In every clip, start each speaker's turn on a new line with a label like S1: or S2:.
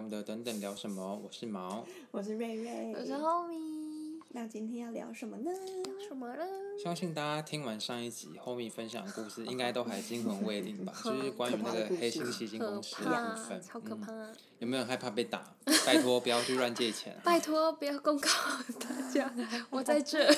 S1: 们的等等聊什么？我是毛，
S2: 我是瑞瑞。
S3: 我是 Homie，
S2: 那今天要聊什么呢？
S3: 聊嗯什么了？
S1: 相信大家听完上一集后面分享的故事，应该都还惊魂未定 吧？就是关于那个黑心吸金
S3: 可
S1: 公司的部
S3: 怕，
S1: 分，
S3: 超可怕！
S1: 嗯有没有害怕被打？拜托不要去乱借钱啊、
S3: 拜托不要公告大 家，我在这。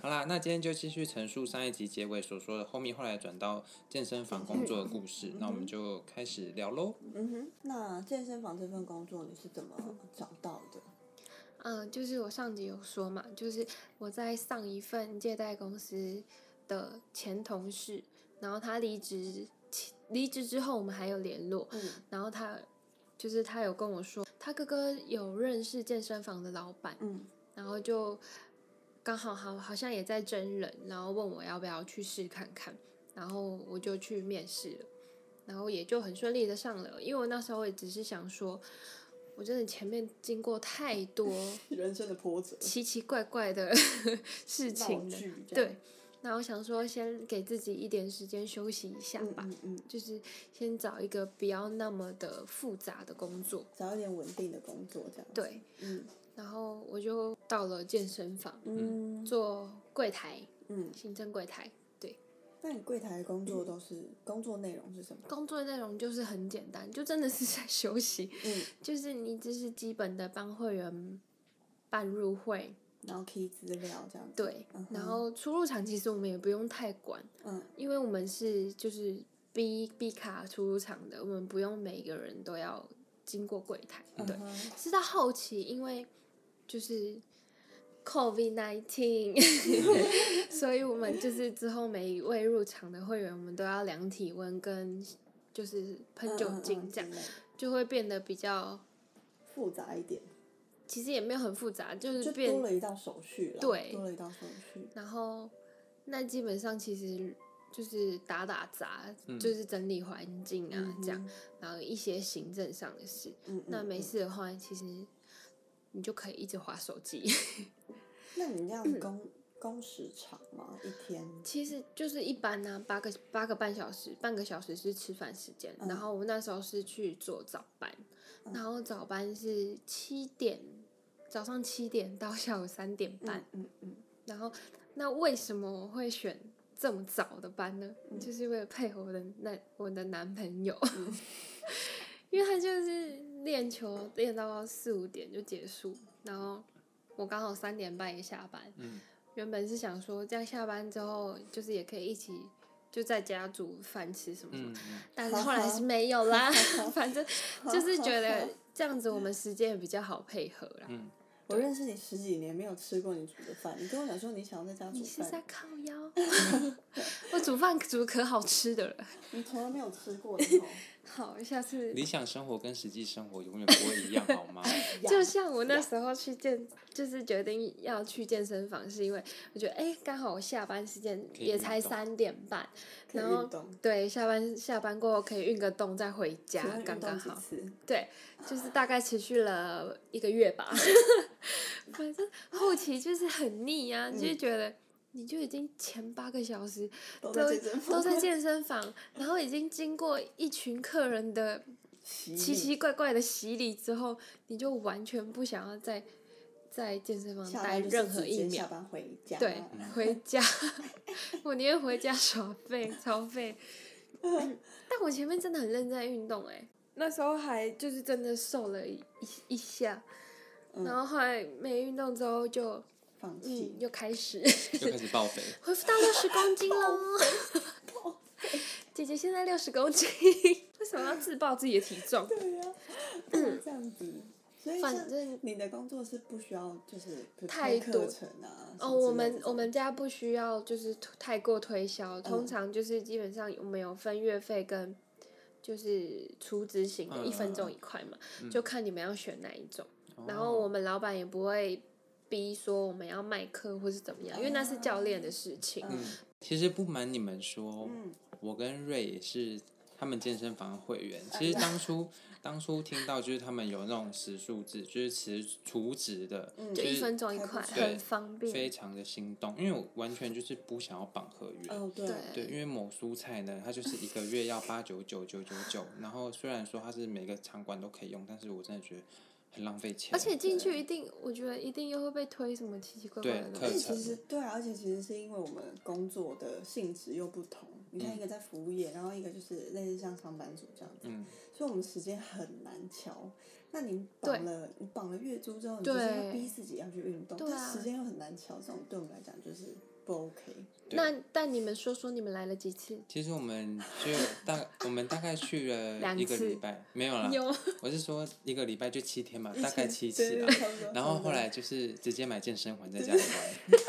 S1: 好啦，那今天就继续陈述上一集结尾所说的后面后来转到健身房工作的故
S3: 嗯
S1: 事，那我们就开始聊喽。
S2: 嗯哼，那健身房这份工作你是怎么找到的？
S3: 嗯，就是我上集有说嘛，就是我在上一份借贷公司的前同事，然后他离职前，离职之后我们还有联络，
S2: 嗯
S3: 然后他就是他有跟我说，他哥哥有认识健身房的老板，
S2: 嗯
S3: 然后就刚好好好像也在真人，然后问我要不要去试看看，然后我就去面试了，然后也就很顺利的上了，因为我那时候也只是想说，我真的前面经过太 多
S2: 人生的波折，
S3: 奇奇怪怪的事情
S2: 闹
S3: 了，
S2: 剧这样
S3: 对，那我想说先给自己一点时间休息一下
S2: 嗯
S3: 吧。
S2: 嗯嗯，
S3: 就是先找一个不要那么的复杂的工作，
S2: 找一点稳定的工作这样子。
S3: 对，
S2: 嗯
S3: 然后我就到了健身房
S2: 嗯
S3: 做柜台，
S2: 嗯，
S3: 行政柜台。
S2: 那你柜台的工作都是工作内容是什么？
S3: 工作内容就是很简单，就真的是在休息，
S2: 嗯，
S3: 就是你只是基本的帮会员办入会，
S2: 然后 key 资料这样子。
S3: 对，
S2: 嗯哼
S3: 然后出入场其实我们也不用太管，
S2: 嗯
S3: 因为我们是就是 B B 卡出入场的，我们不用每个人都要经过柜台，
S2: 嗯
S3: 对，
S2: 哼
S3: 是到后期因为就是 COVID nineteen，所以我们就是之后每一位入场的会员，我们都要量体温跟就是喷酒
S2: 嗯嗯
S3: 精
S2: 嗯
S3: 这样。
S2: 之类的
S3: 就会变得比较，
S2: 复杂一点，
S3: 其实也没有很复杂，就
S2: 就是多
S3: 变。
S2: 了一道手续了。
S3: 对
S2: 多了一道手续。
S3: 然后，那基本上其实就是打打杂，
S1: 嗯
S3: 就是整理环境啊、
S2: 嗯哼
S3: 这样，然后一些行政上的事。
S2: 嗯，嗯
S3: 那没
S2: 嗯
S3: 事的话，其实你就可以一直划手机。
S2: 那你这样工工时长吗？一天？
S3: 其实就是一般呢、八个八个半小时，半个小时是吃饭时间。
S2: 嗯
S3: 然后我那时候是去做早班，
S2: 嗯
S3: 然后早班是七点，早上七点到下午三点半。
S2: 嗯嗯
S3: 然后，那为什么我会选这么早的班呢？
S2: 嗯
S3: 就是为了配合我的那我的男朋友，
S1: 嗯
S3: 因为他就是练球练到四五点就结束，然后我刚好三点半也下班。
S1: 嗯
S3: 原本是想说这样下班之后，就是也可以一起就在家煮饭吃什么什么，
S1: 嗯嗯，
S3: 但是后来是没有啦。 反正就是觉得这样子我们时间也比较好配合啦。
S1: 嗯
S2: 我认识你十几年，没有吃过你煮的饭。你跟我讲说你想要在家煮
S3: 你是在
S2: 饭，
S3: 靠 腰？我煮饭煮可好吃的了。
S2: 你从来没有吃 过的哦。
S3: 好，下次
S1: 理想生活跟实际生活永远不会一样，好 吗？
S3: 就像我那时候去健，就是决定要去健身房，是因为我觉得哎，刚、好我下班时间
S1: 可以
S3: 也
S1: 运
S3: 才
S1: 动
S3: 三点半，
S2: 可以
S3: 然后
S2: 运动
S3: 对，下班下班过后可以运个动再回家
S2: 请问，
S3: 刚
S2: 运
S3: 刚
S2: 动几
S3: 好。
S2: 次？
S3: 对，就是大概持续了一个月 吧。反正后期就是很腻呀、啊，
S2: 嗯
S3: 就是觉得你就已经前八个小时
S2: 都
S3: 都
S2: 在健身
S3: 都
S2: 房
S3: 在健身房，然后已经经过一群客人的
S2: 洗
S3: 奇
S2: 礼
S3: 奇怪怪的洗礼之后，你就完全不想要再在健身房
S2: 下
S3: 待
S2: 班就是
S3: 任何
S2: 直接
S3: 一
S2: 下
S3: 秒。
S2: 班回家。
S3: 对，嗯
S2: 嗯
S3: 回家， 我宁愿回家耍废、超废。但我前面真的很认真在运动哎、那时候还就是真的瘦了一一下，
S2: 嗯
S3: 然后后来没运动之后就
S2: 放
S3: 嗯
S2: 弃。
S3: 又开始
S1: 又开始报废，
S3: 恢复到六十公斤喽。姐姐现在六十公斤，为什么要自暴自己的体重？
S2: 对 呀，
S3: 嗯
S2: 这样子。所以
S3: 反
S2: 像
S3: 正
S2: 你的工作是不需要就是比如
S3: 太
S2: 开
S3: 多
S2: 课程啊。什
S3: 哦，
S2: 么之
S3: 我
S2: 类
S3: 们
S2: 这
S3: 我
S2: 种
S3: 们家不需要就是推太过推销，通常就是基本上我们有分月费跟就是初值型的，
S1: 嗯
S3: 一分钟一块嘛，就看你们要选哪一种。然后
S1: 哦
S3: 我们老板也不会逼说我们要卖课或是怎么样，因为那是教练的事情。
S2: 嗯
S1: 其实不瞒你们说，
S2: 嗯
S1: 我跟瑞也是他们健身房的会员。其实当初当初听到就是他们有那种时数制，就是除除值的，
S3: 嗯就一分钟一
S2: 还不
S3: 块，
S2: 错
S1: 对
S3: 很方
S1: 非
S3: 便。
S1: 常的心动，因为我完全就是不想要绑合约。
S2: 哦，对，
S1: 对，因为某蔬菜呢，它就是一个月要八九九九九九，然后虽然说它是每个场馆都可以用，但是我真的觉得很浪费钱。
S3: 而且进去一定，我觉得一定又会被推什么奇奇怪怪的
S1: 对
S3: 东
S1: 课
S2: 而且
S3: 西。
S1: 程
S2: 其实对啊，而且其实是因为我们工作的性质又不同。你
S1: 嗯
S2: 看，一个在服务业，然后一个就是类似像上班族这样子，
S1: 嗯
S2: 所以我们时间很难调。那你
S3: 对
S2: 绑了，你绑了月租之后，你就是
S3: 对
S2: 要逼自己要去运动，
S3: 对啊
S2: 但时间又很难调，这种对我们来讲就是不 OK。
S1: 对
S3: 那但你们说说你们来了几次？
S1: 其实我们就大，我们大概去了
S3: 两
S1: 一个
S3: 次
S1: 礼拜，没
S2: 啊
S1: 有啦，
S3: 有，
S1: 我是说一个礼拜就七天嘛，大 概七次啊
S2: 对
S1: 啦。
S2: 差 不多
S1: 然后后来就是直接买健身环在家里 玩，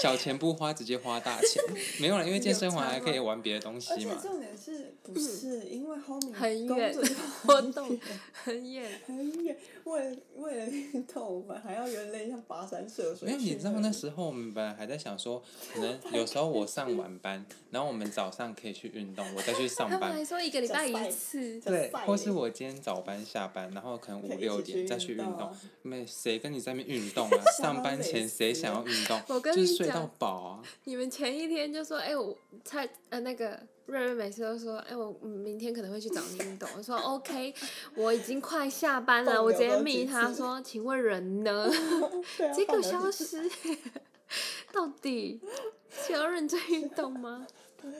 S1: 小钱不花，直接花大 钱。没有啦，因为健身环还可以玩别的东
S2: 而
S1: 西
S2: 且
S1: 嘛。
S2: 重点 是不是因为 homie
S3: 很
S2: 工
S3: 远
S2: 作就
S3: 活动很远。
S2: 很远，为了为了运动，我们还要原累像跋山涉水。
S1: 没有，你知道那时候我们本来还在想说，可能有时候我上晚班，然后我们早上可以去运动，我再去上
S3: 他们还
S1: 班，
S3: 说一个礼
S2: Just
S3: 拜一
S2: like-
S3: 次，
S1: 对，
S2: 晒
S1: 或
S2: 嘞
S1: 是我今天早班下班，然后可能
S2: 欸可
S1: 五
S2: 以一
S1: 六
S2: 起
S1: 点
S2: 去
S1: 再去运
S2: 运动
S1: 动
S2: 啊，
S1: 没谁跟你在那边运动 啊？
S2: 下班
S1: 上班
S2: 累
S1: 前
S2: 死
S1: 谁想要
S2: 了
S1: 运动？
S3: 我跟
S1: 就是
S3: 你
S1: 睡到
S3: 讲
S1: 饱啊！
S3: 你们前一天就说，哎、我蔡呃那个瑞瑞每次都说，哎、我嗯明天可能会去找你运动。我说 OK，我已 经快下班了，
S2: 放
S3: 我直接
S2: 牛都
S3: 密
S2: 几
S3: 他
S2: 次
S3: 说，请问 人呢？
S2: 对啊
S3: 结果
S2: 放牛
S3: 消
S2: 几
S3: 失， 到底想要认真运 动吗？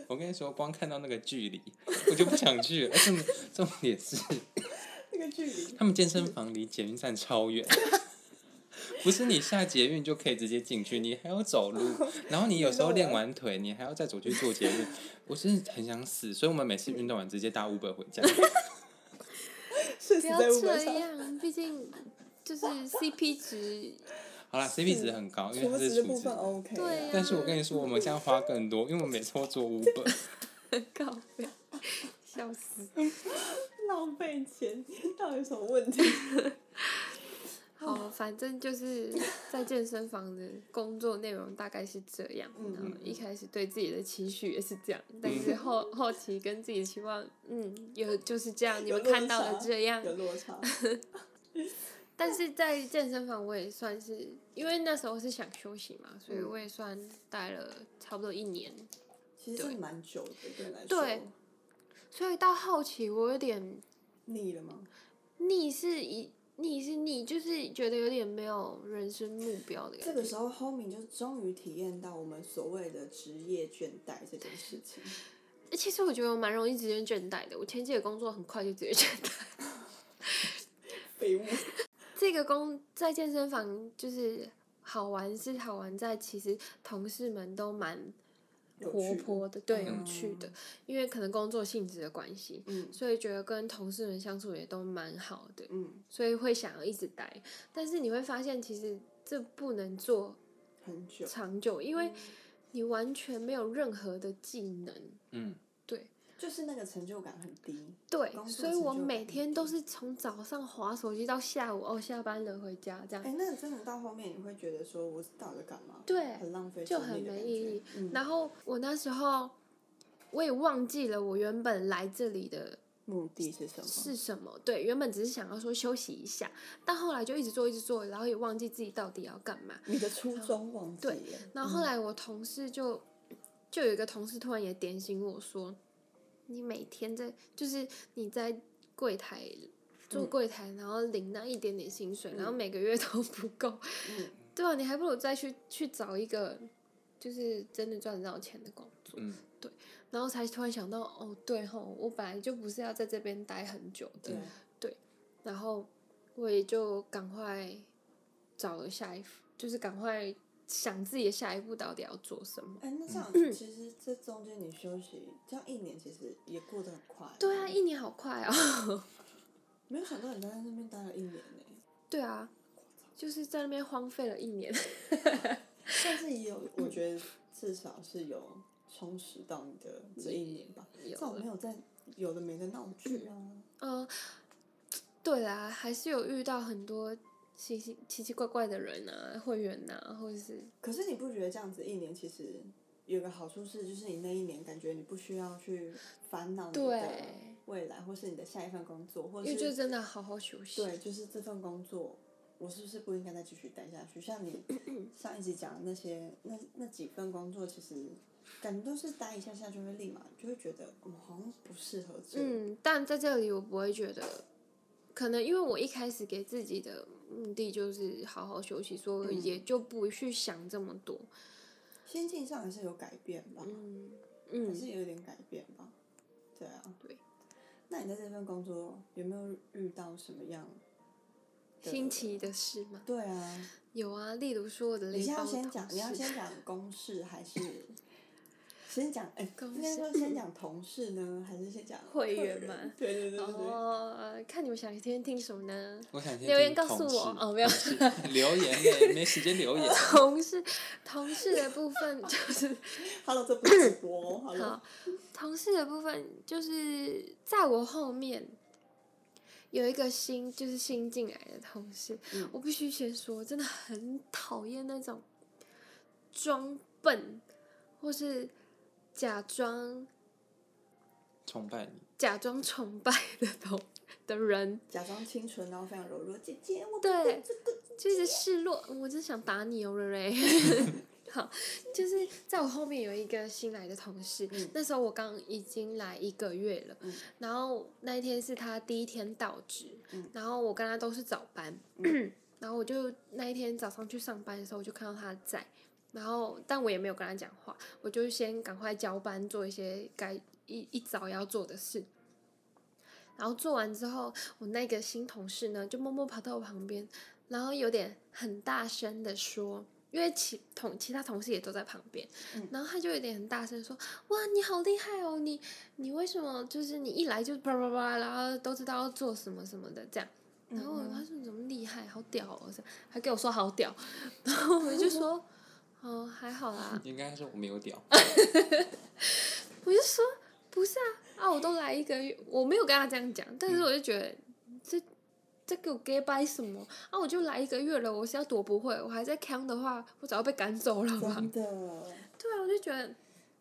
S1: 我跟你说，光看到那个距离，我就不想去了。而且重点是，
S2: 那个距离，
S1: 他们健身房离捷运站超远，不是你下捷运就可以直接进去，你还要走路，然后你有时候练完腿，你还要再走去做捷运，我真的很想死。所以我们每次运动完直接搭 Uber 回家。
S2: 是
S3: 不
S2: 死
S3: 要
S2: 在五
S3: 这
S2: 本上，
S3: 样，毕竟就是 CP 值，
S1: 好啦 c p 值很高，因为
S2: 除
S1: 它
S2: 此
S1: 是
S2: 的
S1: 厨
S2: 部
S1: 子
S2: 分。OK 哦啦。
S3: 对啊
S1: 但是我跟你说，我们现在花更多，因为我每次都做 Uber。
S3: 告别，笑死。
S2: 浪费钱，到底有什么问 题？
S3: 好，反正就是在健身房的工作内容大概是这样。
S2: 嗯
S3: 然后一开始对自己的期许也是这样，但是
S1: 嗯
S3: 后 后期跟自己的期望，嗯，有就是这样，你
S2: 有
S3: 们
S2: 落
S3: 看到的
S2: 差
S3: 这样。
S2: 有落差，
S3: 但是在健身房我也算是，因为那时候是想休息嘛，所以
S2: 嗯
S3: 我也算待了差不多一年。
S2: 其实是蛮久的，对你来
S3: 对
S2: 说，
S3: 所以到后期我有点
S2: 腻了吗？
S3: 腻，是一腻是腻，就是觉得有点没有人生目标的感
S2: 这
S3: 觉。
S2: 个时候 h o m i 就终于体验到我们所谓的职业倦怠这件事情。
S3: 欸其实我觉得我蛮容易直接倦怠的，我前几个工作很快就直接倦怠。
S2: 废物，
S3: 这个工在健身房就是好玩，是好玩在其实同事们都蛮
S2: 有
S3: 活
S2: 趣
S3: 泼的，对，有
S2: 嗯
S3: 趣的，因为可能工作性质的关系，
S2: 嗯
S3: 所以觉得跟同事们相处也都蛮好的，
S2: 嗯，
S3: 所以会想要一直待。但是你会发现，其实这不能做
S2: 很久，
S3: 长久，因
S2: 嗯
S3: 为你完全没有任何的技能，
S1: 嗯，
S3: 对。
S2: 就是那个成就感很低。
S3: 对，
S2: 工作
S3: 所以
S2: 成
S3: 我
S2: 就感
S3: 每
S2: 很
S3: 天
S2: 低
S3: 都是从早上划手机到下午，哦，下班了回家这样。
S2: 哎，那真的到后面你会觉得说，我到底在干嘛？
S3: 对
S2: 很浪费，
S3: 就很没意义。
S2: 嗯，
S3: 然后我那时候我也忘记了我原本来这里的
S2: 目的是什么？
S3: 是什么，对，原本只是想要说休息一下，但后来就一直做一直做，然后也忘记自己到底要干嘛。
S2: 你的初衷忘记
S3: 嗯对
S2: 了。
S3: 然后后来我同事就就有一个同事突然也点醒我说，你每天在就是你在柜台。做柜台，然后领那一点点薪水，然后每个月都不够，
S2: 嗯
S3: 对啊，你还不如再去去找一个，就是真的赚得到钱的工作。
S1: 嗯
S3: 然后才突然想到，哦，对吼，我本来就不是要在这边待很久的
S2: 对，，
S3: 然后我也就赶快找了下一，就是赶快想自己的下一步到底要做什么。
S2: 哎，那这样其实这中间你休息，这样一年其实也过得很快。
S3: 对啊，，一年好快哦。
S2: 没有想到你待在那边待了一年呢，
S3: 对啊，就是在那边荒废了一年。
S2: 但是也有，我觉得至少是有充实到你的这一年吧。
S3: 有
S2: 至少没有在有的没的闹剧啊。
S3: 嗯、对啦，还是有遇到很多奇奇奇奇怪怪的人啊，会员啊，或者是
S2: 可是你不觉得这样子一年其实有个好处是，就是你那一年感觉你不需要去烦恼你的
S3: 对
S2: 未来，或是你的下一份工作，或
S3: 因为
S2: 者
S3: 就是真的好好休息。
S2: 对，就是这份工作，我是不是不应该再继续待下去？像 你上一集讲的那些那那几份工作，其实感觉都是待一下下就会立马就会觉得我、好像不适合这。
S3: 嗯，但在这里我不会觉得，可能因为我一开始给自己的目的就是好好休息，所以
S2: 嗯
S3: 我也就不去想这么多。
S2: 心境上还是有改变吧，
S3: 嗯
S2: 还
S3: 嗯，
S2: 是有点改变吧。对啊。
S3: 对。
S2: 那你在这份工作有没有遇到什么样？
S3: 新奇的事嘛，
S2: 对啊，
S3: 有啊，例如说我的
S2: 你
S3: 雷
S2: 先
S3: 包
S2: 要
S3: 同
S2: 先讲，你要
S3: 事，
S2: 先 讲公事还是先讲？哎、
S3: 公
S2: 应该
S3: 事
S2: 说先讲同事呢，还是先讲
S3: 会
S2: 客
S3: 员
S2: 人
S3: 吗
S2: 对对对对对。
S3: 哦，看你们想先听什么呢？
S1: 我想先
S3: 留
S1: 听
S3: 言告诉
S1: 同事
S3: 我哦没有
S1: 同事 留言嘞，没时间留言。
S3: 同事同事的部 分就是。
S2: Hello，这不是直 播哦。Hello，
S3: 好，同事的部分就是在我后面有一个新，就是新进来的同事，
S2: 嗯
S3: 我必须先说，真的很讨厌那种装笨或是假装
S1: 崇拜你，
S3: 假装崇拜的同的人，
S2: 假装清纯，然后非常柔弱。姐姐，我不
S3: 对
S2: 会这个。
S3: 就是示弱，我真想打你哦，瑞瑞。 好，就是在我后面有一个新来的同事，
S2: 嗯
S3: 那时候我刚已经来一个月了，
S2: 嗯
S3: 然后那一天是他第一天到职，
S2: 嗯
S3: 然后我跟他都是早班， 然后我就那一天早上去上班的时候，我就看到他在，然后但我也没有跟他讲话，我就先赶快交班做一些该一一早要做的事。然后做完之后，我那个新同事呢，就默默跑到我旁边，然后有点很大声的说，因为其同其他同事也都在旁边，
S2: 嗯
S3: 然后他就有点很大声地说：“哇，你好厉害哦，你你为什么就是你一来就叭叭叭，然后都知道要做什么什么的这样。”然后我
S2: 嗯嗯
S3: 他说你怎么厉害，好屌哦！这样还给我说好屌， 然后我就 说，哦，还好啦。
S1: 应该说我没有屌，
S3: 我就说不是啊，啊，我都来一个月，我没有跟他这样讲，但是我就觉得、这这给我 gay bye 什么啊，我就来一个月了，我是要躲不会，我还在 c 的话，我早要被赶走了吧？
S2: 真的，
S3: 对啊，我就觉得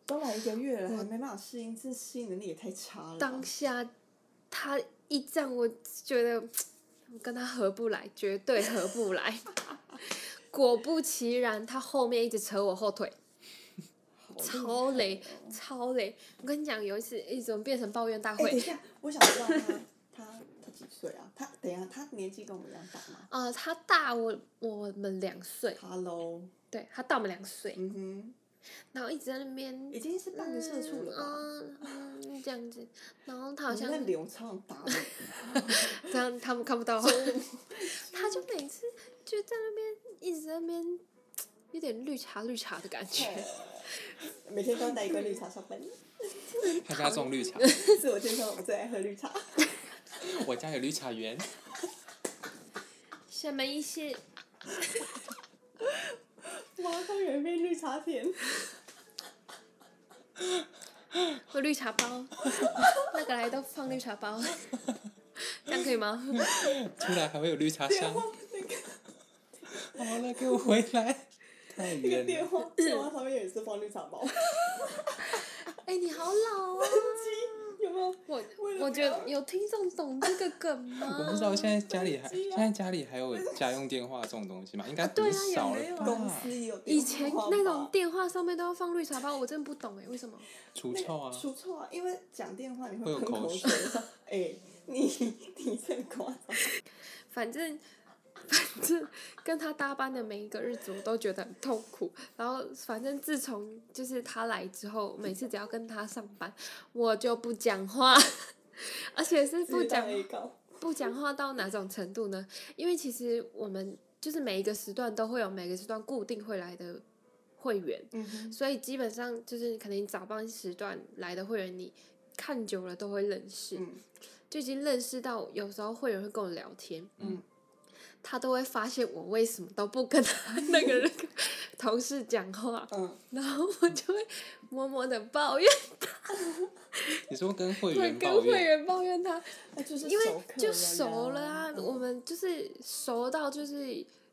S2: 都来一个月了，还没办法适应，这适应能力也太差了吧。
S3: 当下他一站，我觉得我跟他合不来，绝对合不来。果不其然，他后面一直扯我后腿。
S2: 好厉害
S3: 超累
S2: 哦，
S3: 超累。我跟你讲，有一次，一怎么变成抱怨大
S2: 哎、等一
S3: 会？
S2: 下，我想知道他他他几岁啊？他等一下，他年纪跟我们一样大吗
S3: 呃，他大我我们两岁，
S2: ？Hello，
S3: 对他大我们两岁，
S2: 嗯哼，
S3: 然后一直在那边
S2: 已经是半个社畜了吧？
S3: 嗯嗯嗯这样子，然后他好
S2: 你
S3: 像
S2: 在流畅打理，
S3: 这样他们看不到，他就每次就在那边一直在那边有点绿茶绿茶的感觉，
S2: 每天都要带一罐绿茶上 班。
S1: 他家种绿茶，
S2: 自我介绍，我最爱喝绿茶。
S1: 我家有绿茶园。
S3: 什么意思？
S2: 哇，他有一杯绿茶甜。
S3: 有绿茶包， 那个来都放绿茶包，这样可以吗？
S1: 出来还会有绿茶
S2: 电
S1: 香。
S2: 话那个
S1: 好了，给我回来。太
S2: 那个
S1: 远
S2: 电
S1: 了。
S2: 话，电话上面也是放绿 茶包。
S3: 哎、你好老啊！
S2: 有没有？
S3: 我
S2: 为了
S3: 我觉
S2: 不
S3: 得有听众懂这个梗吗？
S1: 我不知道现在家里还
S2: 手机啊
S1: 现在家里还有家用电话这种东西吗？应该
S3: 对啊
S1: 很少
S3: 有没有
S1: 了吧？
S2: 公司有电
S3: 以
S1: 啊
S2: 话
S3: 前
S2: 吧
S3: 那种电话上面都要放绿茶包，我真的不懂哎，为什么？
S1: 除
S2: 那
S1: 臭啊
S2: 个！除臭啊，因为讲电话你
S1: 会有
S2: 喷
S1: 口
S2: 口
S1: 水
S2: 水。 哎，你你真夸张。
S3: 反正 反正跟他搭班的每一个日子，我都觉得很痛苦。然后反正自从就是他来之后，每次只要跟他上班，我就不讲话， 而且是不
S2: 自带
S3: 讲
S2: 预告
S3: 不讲话到哪种程度呢？因为其实我们就是每一个时段都会有每个时段固定会来的会员。
S2: 嗯哼，
S3: 所以基本上就是可能你早班时段来的会员，你看久了都会认识，
S2: 嗯
S3: 就已经认识到有时候会员会跟我聊天，
S2: 嗯，
S3: 他都会发现我为什么都不 跟他那个人同事讲话，
S2: 嗯，
S3: 然后我就会默默的抱怨，
S1: 你说跟会
S3: 会
S1: 员
S3: 跟
S1: 抱
S3: 会
S1: 怨，
S3: 员抱怨他，
S2: 那就是
S3: 因为
S2: 熟客
S3: 就
S2: 了
S3: 熟了啊
S2: 呀，嗯
S3: 我们就是熟到就是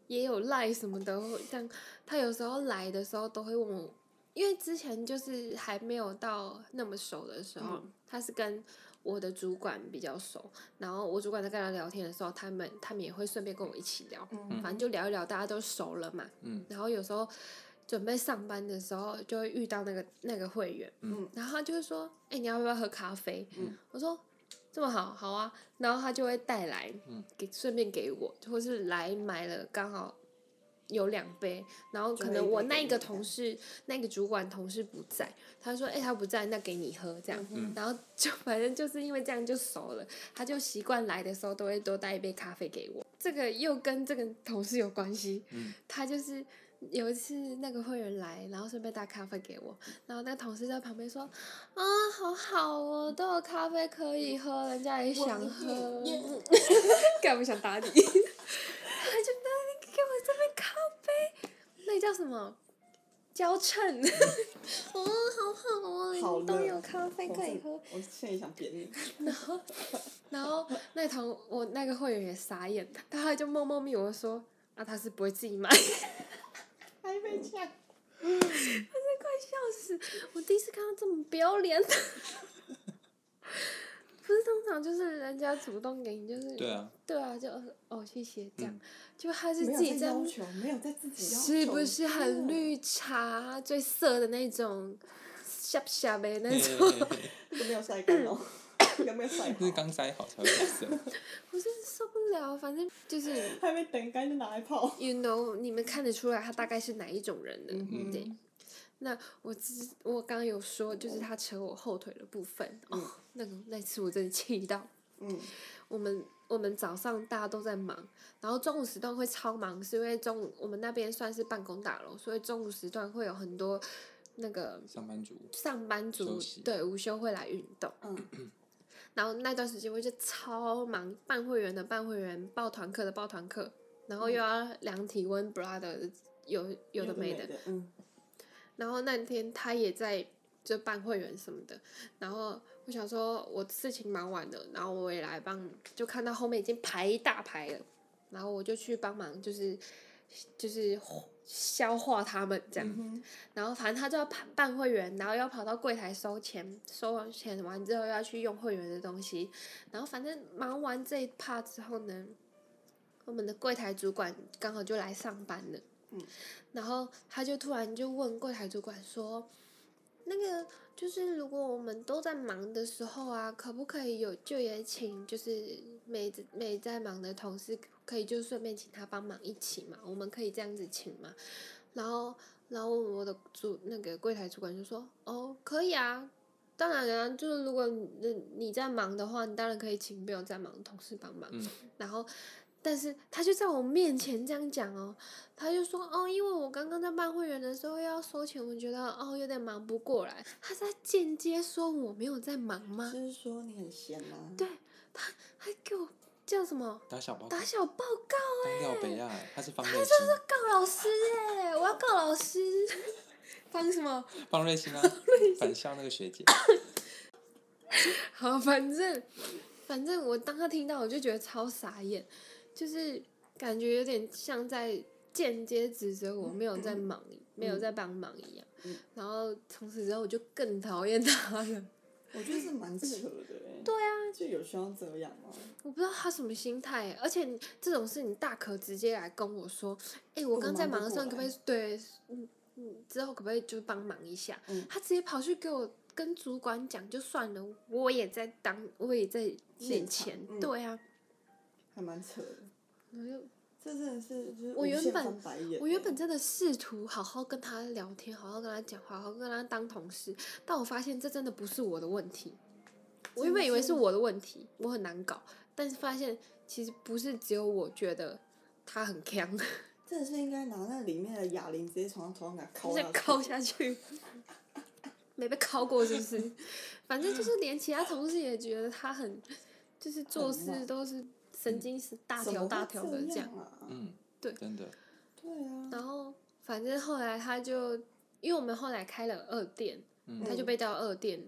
S3: 也有赖什么的，这样他有时候来的时候都会问我，因为之前就是还没有到那么熟的时候，
S2: 嗯
S3: 他是跟我的主管比较熟，然后我主管在跟他聊天的时候，他们他们也会顺便跟我一起聊，
S2: 嗯
S3: 反正就聊一聊，大家都熟了嘛。
S1: 嗯
S3: 然后有时候准备上班的时候，就会遇到那个那个会员，
S2: 嗯
S3: 然后他就会说：“哎、你要不要喝咖啡？”
S2: 嗯
S3: 我说：“这么好，好啊。”然后他就会带来，
S1: 嗯
S3: 给顺便给我，或是来买了刚好有两杯，然后
S2: 就
S3: 可
S2: 会
S3: 能
S2: 一
S3: 我
S2: 杯
S3: 那
S2: 给
S3: 一
S2: 你
S3: 个
S2: 这
S3: 同
S2: 样
S3: 事、那个主管同事不在，他说：“哎、他不在，那给你喝。”这样，
S1: 嗯
S3: 然后就反正就是因为这样就熟了，他就习惯来的时候都会多带一杯咖啡给我。这个又跟这个同事有关系，
S1: 嗯
S3: 他就是有一次那个会员来，然后顺便带咖啡给我，然后那个同事在旁边说：“啊，好好哦，都有咖啡可以喝，人家也想喝。
S2: 耶”
S3: 干不想打你，他 就那你给我这杯咖啡，那叫什么？娇衬， 哦，好好哦，
S2: 好
S3: 你
S2: 了
S3: 都有咖啡
S2: 我
S3: 可以
S2: 真
S3: 喝。
S2: 我现在想扁你，
S3: 然后那同我那个会员也傻眼，他后来就默默咪我说：“啊，他是不会自己买。”
S2: 还被呛。
S3: 快笑死！我第一次看到这么不要脸的， 不是通常就是人家主动给你，就是
S1: 对啊，
S3: 对啊，就哦谢谢这样，
S1: 嗯
S3: 就他是
S2: 没有
S3: 自己
S2: 在
S3: 在
S2: 要
S3: 那
S2: 求，没有在自己要求，
S3: 是不是
S2: 真
S3: 很
S2: 的？
S3: 绿茶最色的那种，下下呗那
S1: 嘿
S3: 种，
S1: 嘿嘿
S2: 有没有晒干 哦？有没有哦晒
S1: 那是
S2: 好？
S1: 刚塞好才会变色。
S3: 我真的受不了。反正就是
S2: 还没等干就拿来泡。
S3: you know，你们看得出来他大概是哪一种人的，
S1: 嗯
S3: 对。那我之我刚刚有说，就是他扯我后腿的部分，
S2: 嗯
S3: 哦，那个那次我真的气到。
S2: 嗯，
S3: 我们我们早上大家都在忙，然后中午时段会超忙，是因为中午我们那边算是办公大楼，所以中午时段会有很多那个
S1: 上班族，
S3: 上班族
S1: 休息
S3: 对午休会来运动，
S2: 嗯
S3: 然后那段时间我就超忙，办会员的办会员，报团课的报团课，然后又要量体温，brother 有有的没的，
S2: 的，嗯，
S3: 然后那天他也在就办会员什么的，然后我想说我事情忙完了，然后我也来帮，就看到后面已经排一大排了，然后我就去帮忙，就是就是消化他们这样，
S2: 嗯
S3: 然后反正他就要办办会员，然后要跑到柜台收钱，收完钱完之后又要去用会员的东西，然后反正忙完这一趴之后呢，我们的柜台主管刚好就来上班了，
S2: 嗯，
S3: 然后他就突然就问柜台主管说，那个就是如果我们都在忙的时候啊，可不可以有就也请就是没没在忙的同事可以就顺便请他帮忙一起嘛？我们可以这样子请嘛？然后然后我的主那个柜台主管就说：“哦，可以啊，当然啊，就是如果你你在忙的话，你当然可以请没有在忙的同事帮忙。
S1: 嗯
S3: 然后，但是他就在我面前这样讲哦，他就说：“哦，因为我刚刚在办会员的时候要收钱，我觉得哦有点忙不过来。”他在间接说我没有在忙吗
S2: 就？是说你很闲啊。
S3: 对还给我叫什么
S1: 打小报告
S3: 打，小报告？
S1: 当廖北亚，他是方瑞
S3: 告老师哎、我要告老师， 帮什么？
S1: 欣，方瑞欣啊，返校那个学姐，
S3: 好，反正反正我当他听到，我就觉得超傻眼，就是感觉有点像在间接指责我没有在忙，没有在帮忙一样。
S2: 嗯
S3: 然后从此之后，我就更讨厌他了。
S2: 我觉得是蛮扯的欸。对啊，就有需要这样吗？
S3: 我不知道他什么心态，欸而且你这种事你大可直接来跟我说，哎、我刚在忙的时候，你可不可以对，嗯嗯，之后可不可以就帮忙一下？
S2: 嗯
S3: 他直接跑去给我跟主管讲就算了，我也在当，我也在面
S2: 现场
S3: 前，
S2: 嗯
S3: 对啊，
S2: 还蛮扯的。
S3: 我就
S2: 这真的是就是
S3: 我原
S2: 无限
S3: 本
S2: 翻白眼欸
S3: 我原本真的试图好好跟他聊天，好好跟他讲话，好好跟他当同事，但我发现这真的不是我的问题。我原本以为是我的问题，我很难搞，但是发现其实不是只有我觉得他很强，
S2: 真的是应该拿那里面的哑铃直接从他头上给他
S3: 就
S2: 敲
S3: 是
S2: 下去。
S3: 敲下去，没被敲过是不是？反正就是连其他同事也觉得他很，就是做
S2: 很
S3: 事
S2: 烂
S3: 都是神经是大
S2: 怎么
S3: 条
S2: 会
S3: 大条的
S2: 这
S3: 这样。
S2: 样啊。
S1: 嗯，
S3: 对
S1: 真的，
S2: 对啊。
S3: 然后反正后来他就，因为我们后来开了二店，
S1: 嗯
S3: 他就被调二店了，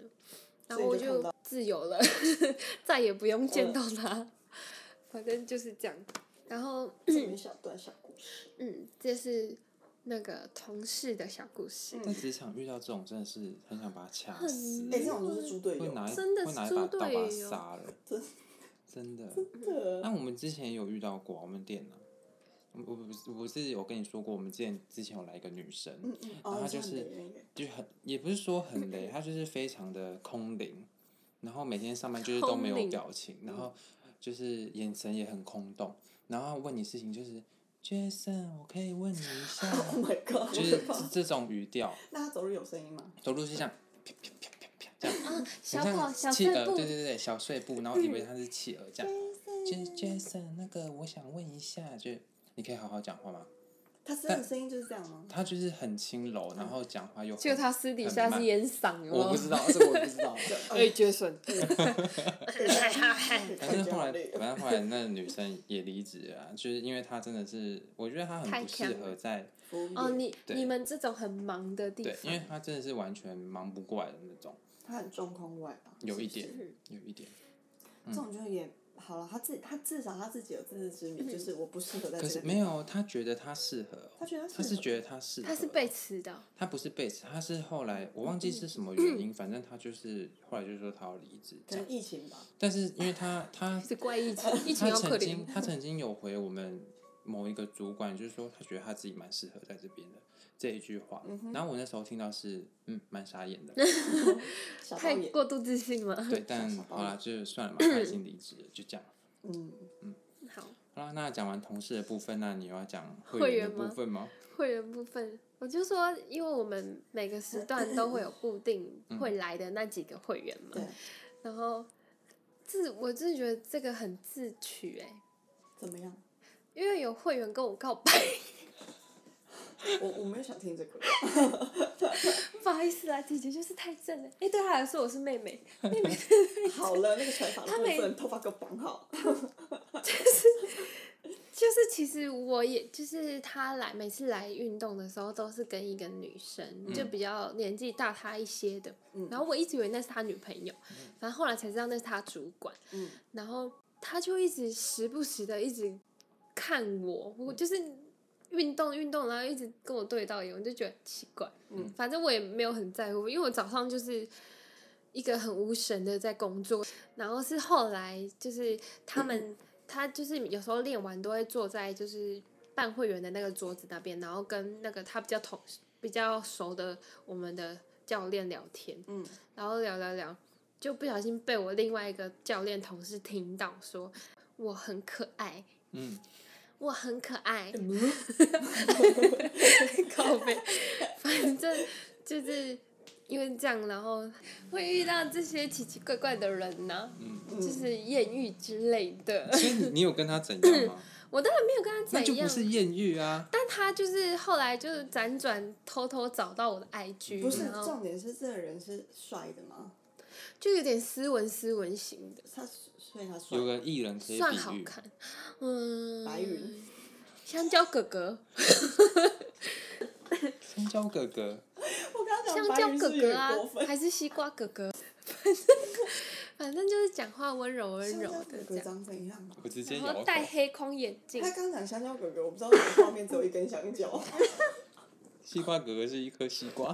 S2: 所
S3: 然后
S2: 以
S3: 我
S2: 就看
S3: 就
S2: 到
S3: 自由了， 再也不用见到他，反正就是这样。然后
S2: 这么一小段小故事。
S3: 嗯，这是那个同事的小故事，
S1: 在职场遇到这种真的是很想把他掐死
S3: 很，
S2: 哎、这种就是猪队
S1: 会
S2: 友，
S1: 拿一
S3: 真的
S1: 会拿一
S3: 猪
S1: 把刀把
S3: 队
S1: 他
S3: 友
S1: 杀了，
S2: 真
S1: 真的。
S2: 的
S1: 那我们之前也有遇到过，我们店呢、我我不是我不是有跟你说过，我们之前之前有来一个女生，
S2: 嗯嗯，
S1: 然后
S2: 哦，
S1: 他就是
S2: 这样的人人
S1: 就很也不是说很累，她就是非常的空灵，然后每天上班就是都没
S3: 空
S1: 有
S3: 灵
S1: 表情，然后就是眼神也很空洞，然后问你事情就是，Jason，我可以问你一 下
S2: ，Oh my god！
S1: 就是这这种语调，
S2: 那他走路有声音吗？
S1: 走路是这样，啪啪啪啪啪这样，
S3: 啊，小
S1: 很
S3: 跑
S1: 像
S3: 小
S1: 企
S3: 碎
S2: 呃
S1: 鹅，
S3: 步
S1: 对，对对，小碎步，然后以为
S3: 嗯
S1: 她是企鹅这样，就是 Jason，那个我想问一下，就是你可以好好讲话吗？
S2: 他真的声音就是这样吗？
S1: 她就是很轻柔，然后讲话又
S3: 就
S1: 很
S3: 他私底下
S1: 很慢
S3: 是烟嗓，有没有
S1: 我不知道，这个我不知道。
S3: 哎，Jason，
S1: 反正后来，
S2: 对
S1: 反正后来那女生也离职了啊、就是因为她真的是，我觉得她很
S3: 太
S1: 不适
S3: 强了
S1: 合在
S3: 哦，你
S1: 对
S3: 你们这种很忙的地
S1: 对，因为
S3: 方，
S1: 她真的是完全忙不过来的那种，
S2: 他很重空外吧？
S1: 有一
S2: 是不是
S1: 点，嗯有一点。
S2: 这种就也好了。他自他至少他自己有自知之明，
S3: 嗯
S2: 就是我不适合在
S1: 可
S2: 这
S1: 是
S2: 个。
S1: 没，有，她觉得她适合哦，
S2: 她觉得她适合
S1: 她是觉得她适合，
S3: 他是被辞的哦，
S1: 她不是被辞，她是后来
S2: 嗯
S1: 我忘记是什么原因，反正她就是后来就说她要离职这
S2: 可
S1: 样
S2: 能。疫情吧。
S1: 但是因为她她
S3: 是 怪疫情，疫
S1: 她
S3: 情要可
S1: 曾
S3: 怜
S1: 经，她曾经有回我们某一个主管，就是说她觉得她自己蛮适合在这边的这一句话。
S3: 嗯
S1: 然后我那时候听到是嗯蛮傻眼 的，
S2: 嗯小
S3: 太
S2: 导演，
S3: 过度自信了。
S1: 对，但
S2: 傻包
S1: 好啦，就是算了嘛，他已 经离职了，就这样。
S2: 嗯，
S3: 好，
S1: 好啦，那讲完同事的部分，那你有要讲
S3: 会
S1: 会员
S3: 员
S1: 的
S3: 吗
S1: 部分吗？
S3: 会员部分，我就说，因为我们每个时段都会有固定
S1: 嗯
S3: 会来的那几个会员嘛，
S2: 对，
S3: 然后自我真的觉得这个很自取哎、
S2: 怎么 样？
S3: 因为有会员跟我告白，
S2: 我我没有想听这个。
S3: 不好意思啊，姐姐就是太正了，哎、对她来说我是妹妹，
S2: 好了，那个甩发的
S3: 他
S2: 部
S3: 每
S2: 分，头发给我绑好。
S3: 就是其实我也就是她来每次来运动的时候都是跟一个女生，就比较年纪大她一些的，
S2: 嗯
S3: 然后我一直以为那是她女朋友，反正后来才知道那是她主管，
S2: 嗯
S3: 然后她就一直时不时的一直看我，我就是运动运动，然后一直跟我对到眼，我就觉得很奇怪，
S2: 嗯
S3: 反正我也没有很在乎，因为我早上就是。一个很无神的在工作，然后是后来就是他们，他就是有时候练完都会坐在就是办会员的那个桌子那边，然后跟那个他比较同比较熟的我们的教练聊天，
S2: 嗯，
S3: 然后聊聊聊，就不小心被我另外一个教练同事听到说我很可爱，
S1: 嗯，
S3: 我很可爱， 靠背，反正就是因为这样，然后会遇到这些奇奇怪怪的人呢、就是艳遇之类的。
S1: 所以你嗯 你有跟他怎样吗？
S3: 我当然没有跟他
S1: 那就
S3: 怎
S1: 不
S3: 样，
S1: 是艳遇啊。
S3: 但他就是后来就是辗转偷偷找到我的 IG，
S2: 不是，
S3: 然后
S2: 重点是这个人是帅的吗？
S3: 就有点斯文斯文型的，
S2: 他所以他帅
S1: 有。个艺人可以
S3: 算好
S1: 比喻，
S3: 看。嗯，
S2: 白云，
S3: 香蕉哥哥，
S1: 香蕉哥哥，
S2: 我刚刚讲
S3: 香蕉
S2: 白云
S3: 哥
S2: 是
S3: 哥
S2: 有
S3: 啊
S2: 点过，分。
S3: 还是西瓜哥哥， 反正反正就是讲话温柔温柔
S2: 香蕉
S3: 的
S2: 哥
S3: 这
S2: 哥
S3: 样，
S2: 长怎样啊？
S1: 我直接
S3: 然
S1: 摇
S3: 后
S1: 头。
S3: 戴黑框眼镜
S2: 他，刚讲香蕉哥哥，我不知道为什么画面只有一根香蕉。
S1: 西瓜哥哥是一颗西 瓜，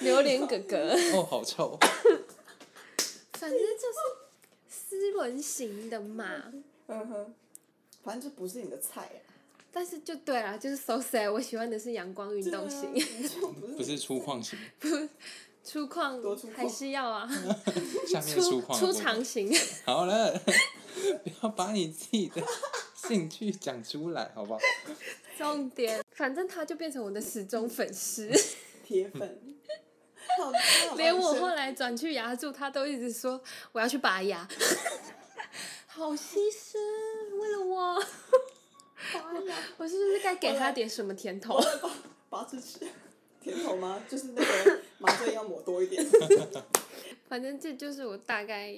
S3: 榴莲哥哥，
S1: 哦，好臭。
S3: 反正就是斯文型的嘛。
S2: 嗯哼，反正就不是你的菜啊。
S3: 但是就对啦，就是 so sad，我喜欢的是阳光运动型。
S2: 对啊，就不是
S1: 不是粗犷型，
S3: 粗犷
S2: 多粗犷
S3: 还是要啊，
S1: 下面粗
S3: 粗
S1: 犷的
S3: 粗
S1: 部分
S3: 长型。
S1: 好了， 不要把你自己的兴趣讲出来，好不好？
S3: 重点，反正他就变成我的死忠粉丝，
S2: 铁 粉。好他好
S3: 连我
S2: 像是
S3: 后来转去牙柱，他都一直说我要去拔牙， 好牺牲，为了我， 我是不是该给他点什么甜头？
S2: 拔智齿，甜头吗？就是那个麻醉要抹多一点。
S3: 反正这就是我大概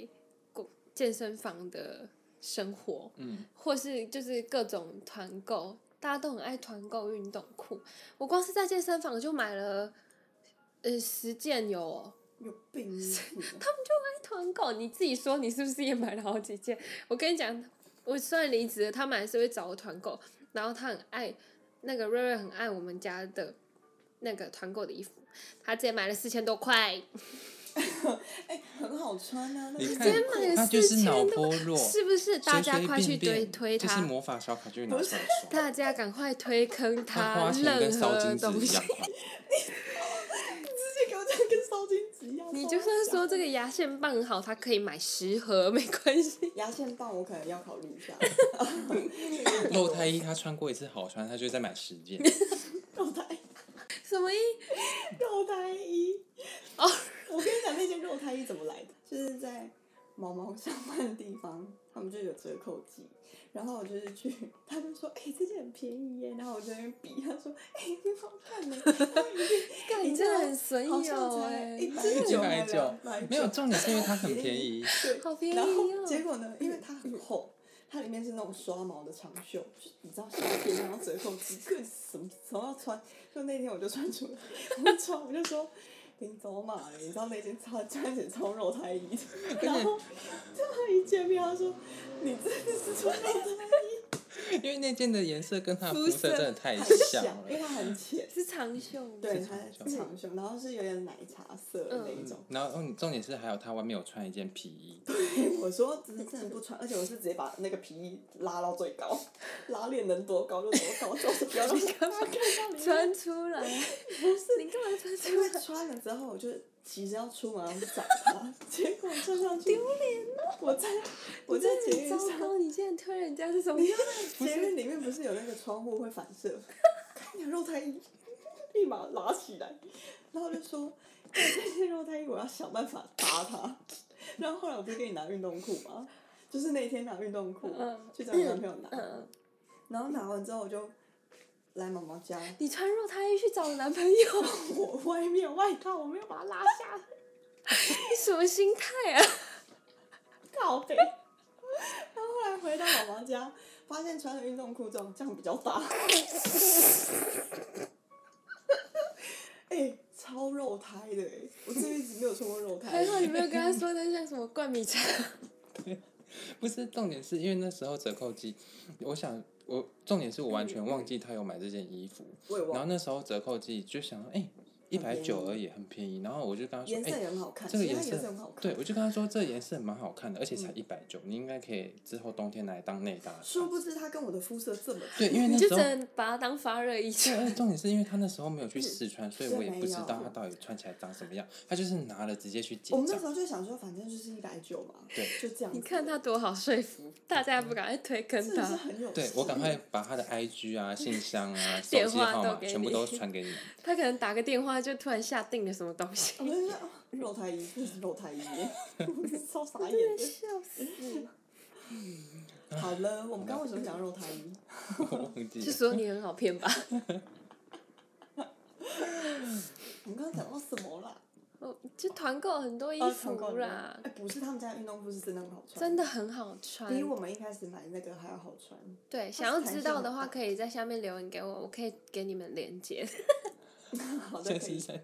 S3: 过健身房的生活，
S1: 嗯，
S3: 或是就是各种团购，大家都很爱团购运动裤。我光是在健身房就买了，呃，十件有、哦。
S2: 有病啊 是你的！
S3: 爱团购，你自己说你是不是也买了好几 件？我跟你讲，我虽然离职了，他们还是会找我团购，然后他很爱那个瑞瑞很爱我们家的那个团购的衣服，他之前买了四千多块，
S2: 很好穿啊，那
S1: 你
S2: 个
S1: 看
S3: 真买了
S1: 他就是
S3: 4000
S1: 脑
S3: 多
S1: 波弱，
S3: 是不是？大家
S1: 随随
S3: 快去
S1: 便
S3: 推
S1: 便
S3: 推
S1: 就是
S3: 他，
S1: 魔法小卡就拿出来刷，
S3: 大家赶快推坑
S1: 他
S3: 他
S1: 花，钱跟
S3: 任
S1: 烧
S3: 何
S1: 金
S3: 东
S1: 纸一
S3: 西
S1: 样。快。
S2: 这给我讲跟烧金纸一样。
S3: 你就算说这个牙线棒很好，他可以买十盒没关系。
S2: 牙线棒，我可能要考虑 一下。
S1: 露太衣他穿过一次好穿，他就再买十 件。
S2: 肉胎
S3: 什么意？
S2: 肉胎衣
S3: 哦，
S2: 我跟你讲那件肉胎衣怎么来的，就是在毛毛上班的地方，他们就有折扣季。然后我就是去，他就说：“哎、这件很便宜耶。”然后我就在那边比，他说：“哎、很好看呢，
S3: 干你真的很损
S2: 好
S3: 友
S2: 像才
S3: 哎、
S2: 一
S1: 一
S2: 百九
S1: 百
S2: 还
S1: 九
S2: 两百九，
S1: 没有重点是因为它很便宜，
S2: 对，
S3: 好便宜
S2: 然后
S3: 哦
S2: 结果呢，因为它很厚，它里面是那种刷毛的长袖，就是你知道夏天然后折扣几个什么什么要穿，就那天我就穿出来，我就穿我就说。林走马嘞，你知道那件超穿起来超肉胎衣的，然后他一见面他说：“你真的是穿肉胎
S1: 因为那件的颜色跟它的肤
S3: 肤色
S1: 色真的太
S2: 衣，很
S1: 像
S2: 像，因为
S1: 了。
S2: 它
S3: 欸
S2: 很浅，
S3: 是长袖吗？
S2: 对，
S1: 是
S2: 它
S1: 长袖
S2: 长袖，然后是有点奶茶色的那一种。
S1: 然后嗯重点是还有他外面有穿一件皮衣，
S2: 我说只是真的不穿，而且我是直接把那个皮衣拉到最高，拉链能多高就多高，就是不要让他看到里面。
S3: 穿出来，不是你干嘛穿
S2: 因
S3: 出
S2: 为
S3: 来？
S2: 穿了之后，我就急着要出门要去找他， 结果穿上去丢脸了。我在我在
S3: 真
S2: 捷
S3: 的
S2: 运
S3: 很
S2: 上
S3: 糟，糕，你竟然推人家这种，
S2: 捷运里面不是有那个窗户会反射，看见肉胎衣，立马拉起来，然后就说这件肉胎衣我要想办法搭它。然后后来我不是给你拿运动裤吗？就是那天拿运动裤
S3: 嗯
S2: 去找我男朋友拿。
S3: 嗯，
S2: 然后拿完之后我就来毛毛家，
S3: 你穿肉胎衣去找男朋友，
S2: 我外面外套我没有把它拉下来，
S3: 你什么心态 啊？
S2: 靠背。 然后后来回到毛毛家，发现穿了运动裤这种这样比较搭。 哎、超肉胎的哎、我这辈子没有穿过肉胎欸
S3: 还。好你没有跟他说那像什么灌米茶，
S1: 不是重点是因为那时候折扣季，我想我重点是我完全忘记他有买这件衣服，
S2: 我也
S1: 然后
S2: 忘了，
S1: 那时候折扣季就想说哎一百九而已很便宜，然后我就跟他说
S2: 颜色
S1: 哎。
S2: 也很好看，
S1: 这个
S2: 其他
S1: 颜色
S2: 色很好看。
S1: 对，我就跟他说这颜色蛮好看的，而且才
S2: 嗯
S1: 一百九，你应该可以之后冬天拿来当内搭。
S2: 殊不知它跟我的肤色这么
S1: 对，因为
S3: 你
S1: 那
S3: 就
S1: 时
S3: 只
S1: 候
S3: 能把它当发热衣
S1: 对，
S3: 穿。
S1: 而且重点是因为他那时候没有去试穿，所以
S2: 嗯是
S1: 我也
S2: 没
S1: 不知
S2: 有嗯
S1: 道他到底穿起来长什么样。他就是拿了直接去结
S2: 我们那
S1: 账
S2: 时，候就想说，反正就是一百九嘛，
S1: 对
S2: 就这样子。
S3: 你看他多好说服，大家也不敢快推坑
S2: 真的是
S3: 他，
S2: 很有
S1: 对
S2: 实
S1: 我赶
S2: 力
S1: 快把他的 IG 啊、信箱啊、手
S3: 电
S1: 机
S3: 话
S1: 号
S3: 都
S1: 码
S3: 给
S1: 全部
S3: 你
S1: 都传给你。
S3: 他可能打个电话就突然下定了什么东 西，
S2: 我就说哦肉胎衣，这是肉胎衣，我是 超傻眼
S3: 真的
S2: 的。
S3: 哎笑死。
S2: 好了，我们刚刚为什么讲肉胎衣？
S1: 我忘记
S3: 是
S1: 了，
S3: 说你很好骗吧？
S2: 我们刚刚讲到什么啦？
S3: 哦就团购很多衣
S2: 哦团
S3: 服
S2: 购
S3: 啦，
S2: 哎，不是他们家的运动裤是真的很好穿，
S3: 真的很好穿
S2: 比。我们一开始买的那个还要好穿。
S3: 对，
S2: 是
S3: 想要知
S2: 弹性
S3: 道的
S2: 很
S3: 话，
S2: 大
S3: 可以在下面留言给我，我可以给你们连接。
S2: 好的，
S1: 这
S2: 可
S1: 是
S2: 以，
S1: 在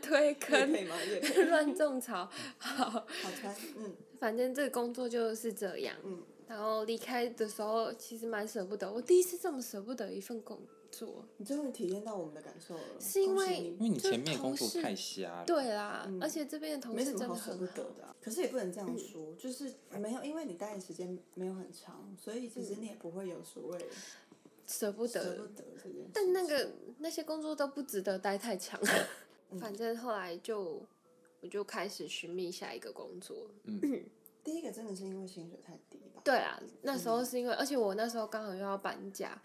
S3: 推
S2: 也可
S3: 坑，
S2: 以吗？也可以，
S3: 乱种草。好，
S2: 好穿，嗯
S3: 反正这个工作就是这样。
S2: 嗯，
S3: 然后离开的时候，其实蛮舍不得。我第一次这么舍不得一份工作，
S2: 你终于体验到我们的感受了，
S3: 是因
S2: 恭喜
S3: 为
S1: 因
S2: 你
S1: 为你
S3: 就是
S1: 前面工
S3: 同
S1: 作
S3: 事
S1: 太瞎了。
S3: 对啦，
S2: 嗯
S3: 而且这边的同
S2: 没什
S3: 事
S2: 么
S3: 真
S2: 好
S3: 的
S2: 舍
S3: 很
S2: 不
S3: 好
S2: 得的啊、可是也不能这样说，就是没有，因为你待的时间没有很长，所以其实你也不会有所谓
S3: 舍不
S2: 舍不
S3: 得。
S2: 得这件事。
S3: 但那个那些工作都不值得待太长，
S2: 嗯
S3: 反正后来就我就开始寻觅下一个工作。
S2: 第一个真的是因为薪水太低吧？
S3: 对啊，那时候是因为，而且我那时候刚好又要搬家，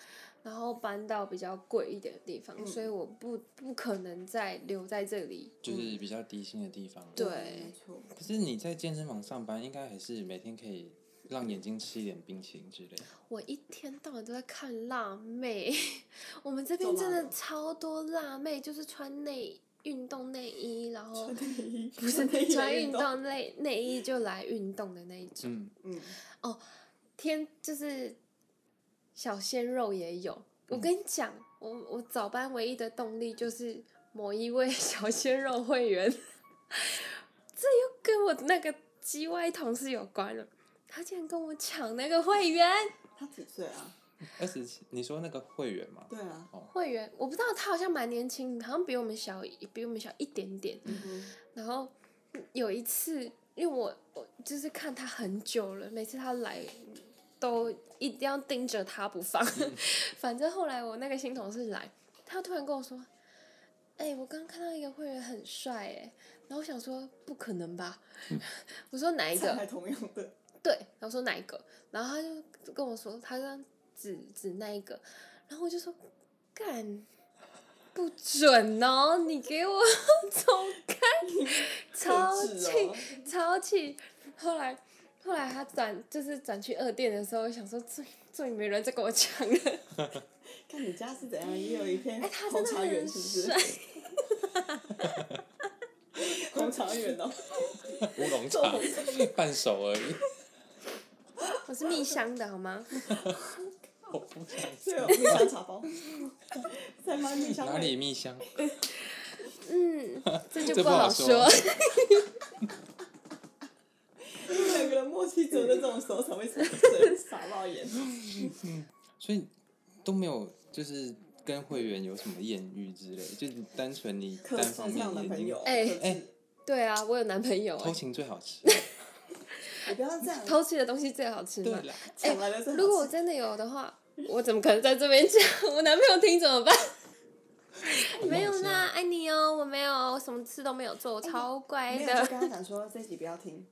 S3: 然后搬到比较贵一点的地方，所以我不不可能再留在这里。
S1: 就是比较低薪的地方。
S3: 嗯对
S2: 没错。
S1: 可是你在健身房上班，应该还是每天可以让眼睛吃一点冰淇淋之类的。
S3: 我一天到晚都在看辣妹， 我们这边
S2: 走
S3: 真
S2: 哪
S3: 的
S2: 了
S3: 超多辣妹，就是穿内运动内衣，然后
S2: 不
S3: 不是 穿
S2: 运
S3: 运，动内内衣就来运动的那一种。
S1: 嗯，
S2: 嗯，
S3: 天就是小鲜肉也有。我跟你讲，我我早班唯一的动力就是某一位 小鲜肉会员，这又跟我那个机歪同事有关了。他竟然跟我抢那个会员，
S2: 他几岁啊？
S1: 二十七，你说那个会员吗？
S2: 对啊，
S3: 会员，我不知道他好像蛮年轻，好像比我们小一，比我们小一点点。
S2: 嗯哼，
S3: 然后嗯有一次，因为我我就是看他很久了，每次他来都一定要盯着他不放。 反正后来我那个新同事来，他突然跟我说：“哎、我刚看到一个会员很帅哎。”然后我想说不可能吧， 我说哪一个
S2: 上？海同样的，
S3: 对，然后说哪一个，然后他就跟我说，他这样指指那一个，然后我就说干不准哦，你给我 走开，超
S2: 克制
S3: 气、
S2: 哦
S3: 超气。后来后来他转就是转去二店的时候，我想说终于终于没人再跟我抢了，
S2: 看你家是怎样，也有一片
S3: 哎、他真
S2: 红
S3: 的
S2: 茶园
S3: 很
S2: 是
S3: 帅
S2: 不，是？红茶园 哦，
S1: 乌龙茶
S2: 做，
S1: 半熟而已。
S3: 我是蜜香的好吗？
S1: 我不想
S2: 是有蜜香茶包， 在卖蜜香
S1: 哪
S2: 味
S1: 里蜜香？
S3: 嗯，这就
S1: 这不
S3: 不
S1: 好
S3: 好
S1: 说
S3: 说。
S2: 你们两个人默契只有在这种时候才会扯嘴傻冒眼。
S1: 所以都没有，就是跟会员有什么艳遇之类，就单纯你
S2: 克
S1: 单
S2: 制
S1: 方面
S2: 上男
S1: 眼
S2: 朋
S1: 睛
S2: 友，
S3: 哎
S2: 克制
S1: 哎
S3: 对啊，我有男朋友、
S1: 偷
S3: 欸，
S1: 情最好吃。
S2: 你不要这样，
S3: 偷吃的东西最好吃嘛。
S1: 啦，
S2: 抢来的是好
S3: 哎如果我
S2: 吃
S3: 真的有的话，我怎么可能在这边讲？ 我男朋友听怎么办？没有啦，爱你哦，我没有，我什么事都没有做，我超乖
S2: 哎没有就
S3: 的。
S2: 跟他讲说这集不要 听，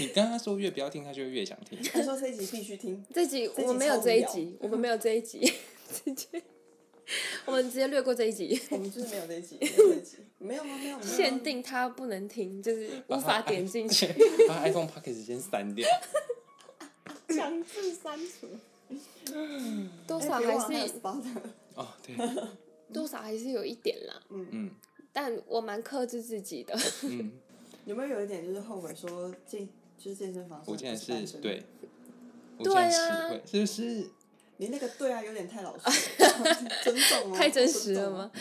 S1: 你跟他说越不要听，他就会越想听。
S2: 他说这集必须听，
S3: 这集
S2: 这集
S3: 我们没有
S2: 超无
S3: 这一
S2: 聊嗯
S3: 集，我们没有这一集， 直接我们直接略过这一集，
S2: 我们就是没有这一集，没有这一集，没有吗？没有，没有
S3: 限。定他不能听，就是无法点 进去。
S1: 把 iPhone Pocket 先删掉。
S2: 强制删 除，哎
S3: 多少还是
S2: 八的，
S1: 哦， 对，
S3: 多少还是有一点啦，
S1: 嗯
S3: 但我蛮克制自己的。
S2: 哦
S1: 嗯，
S2: 有没有有一点就是后悔说进就是健身房？
S1: 我竟然
S2: 不单
S1: 是
S2: 身，
S1: 对，我
S3: 对
S1: 竟然
S3: 啊
S1: 是会，是不是？
S2: 你那个对啊有点太老实 了，尊重哦，哦
S3: 太真实了
S2: 尊重
S3: 吗
S2: 哦？？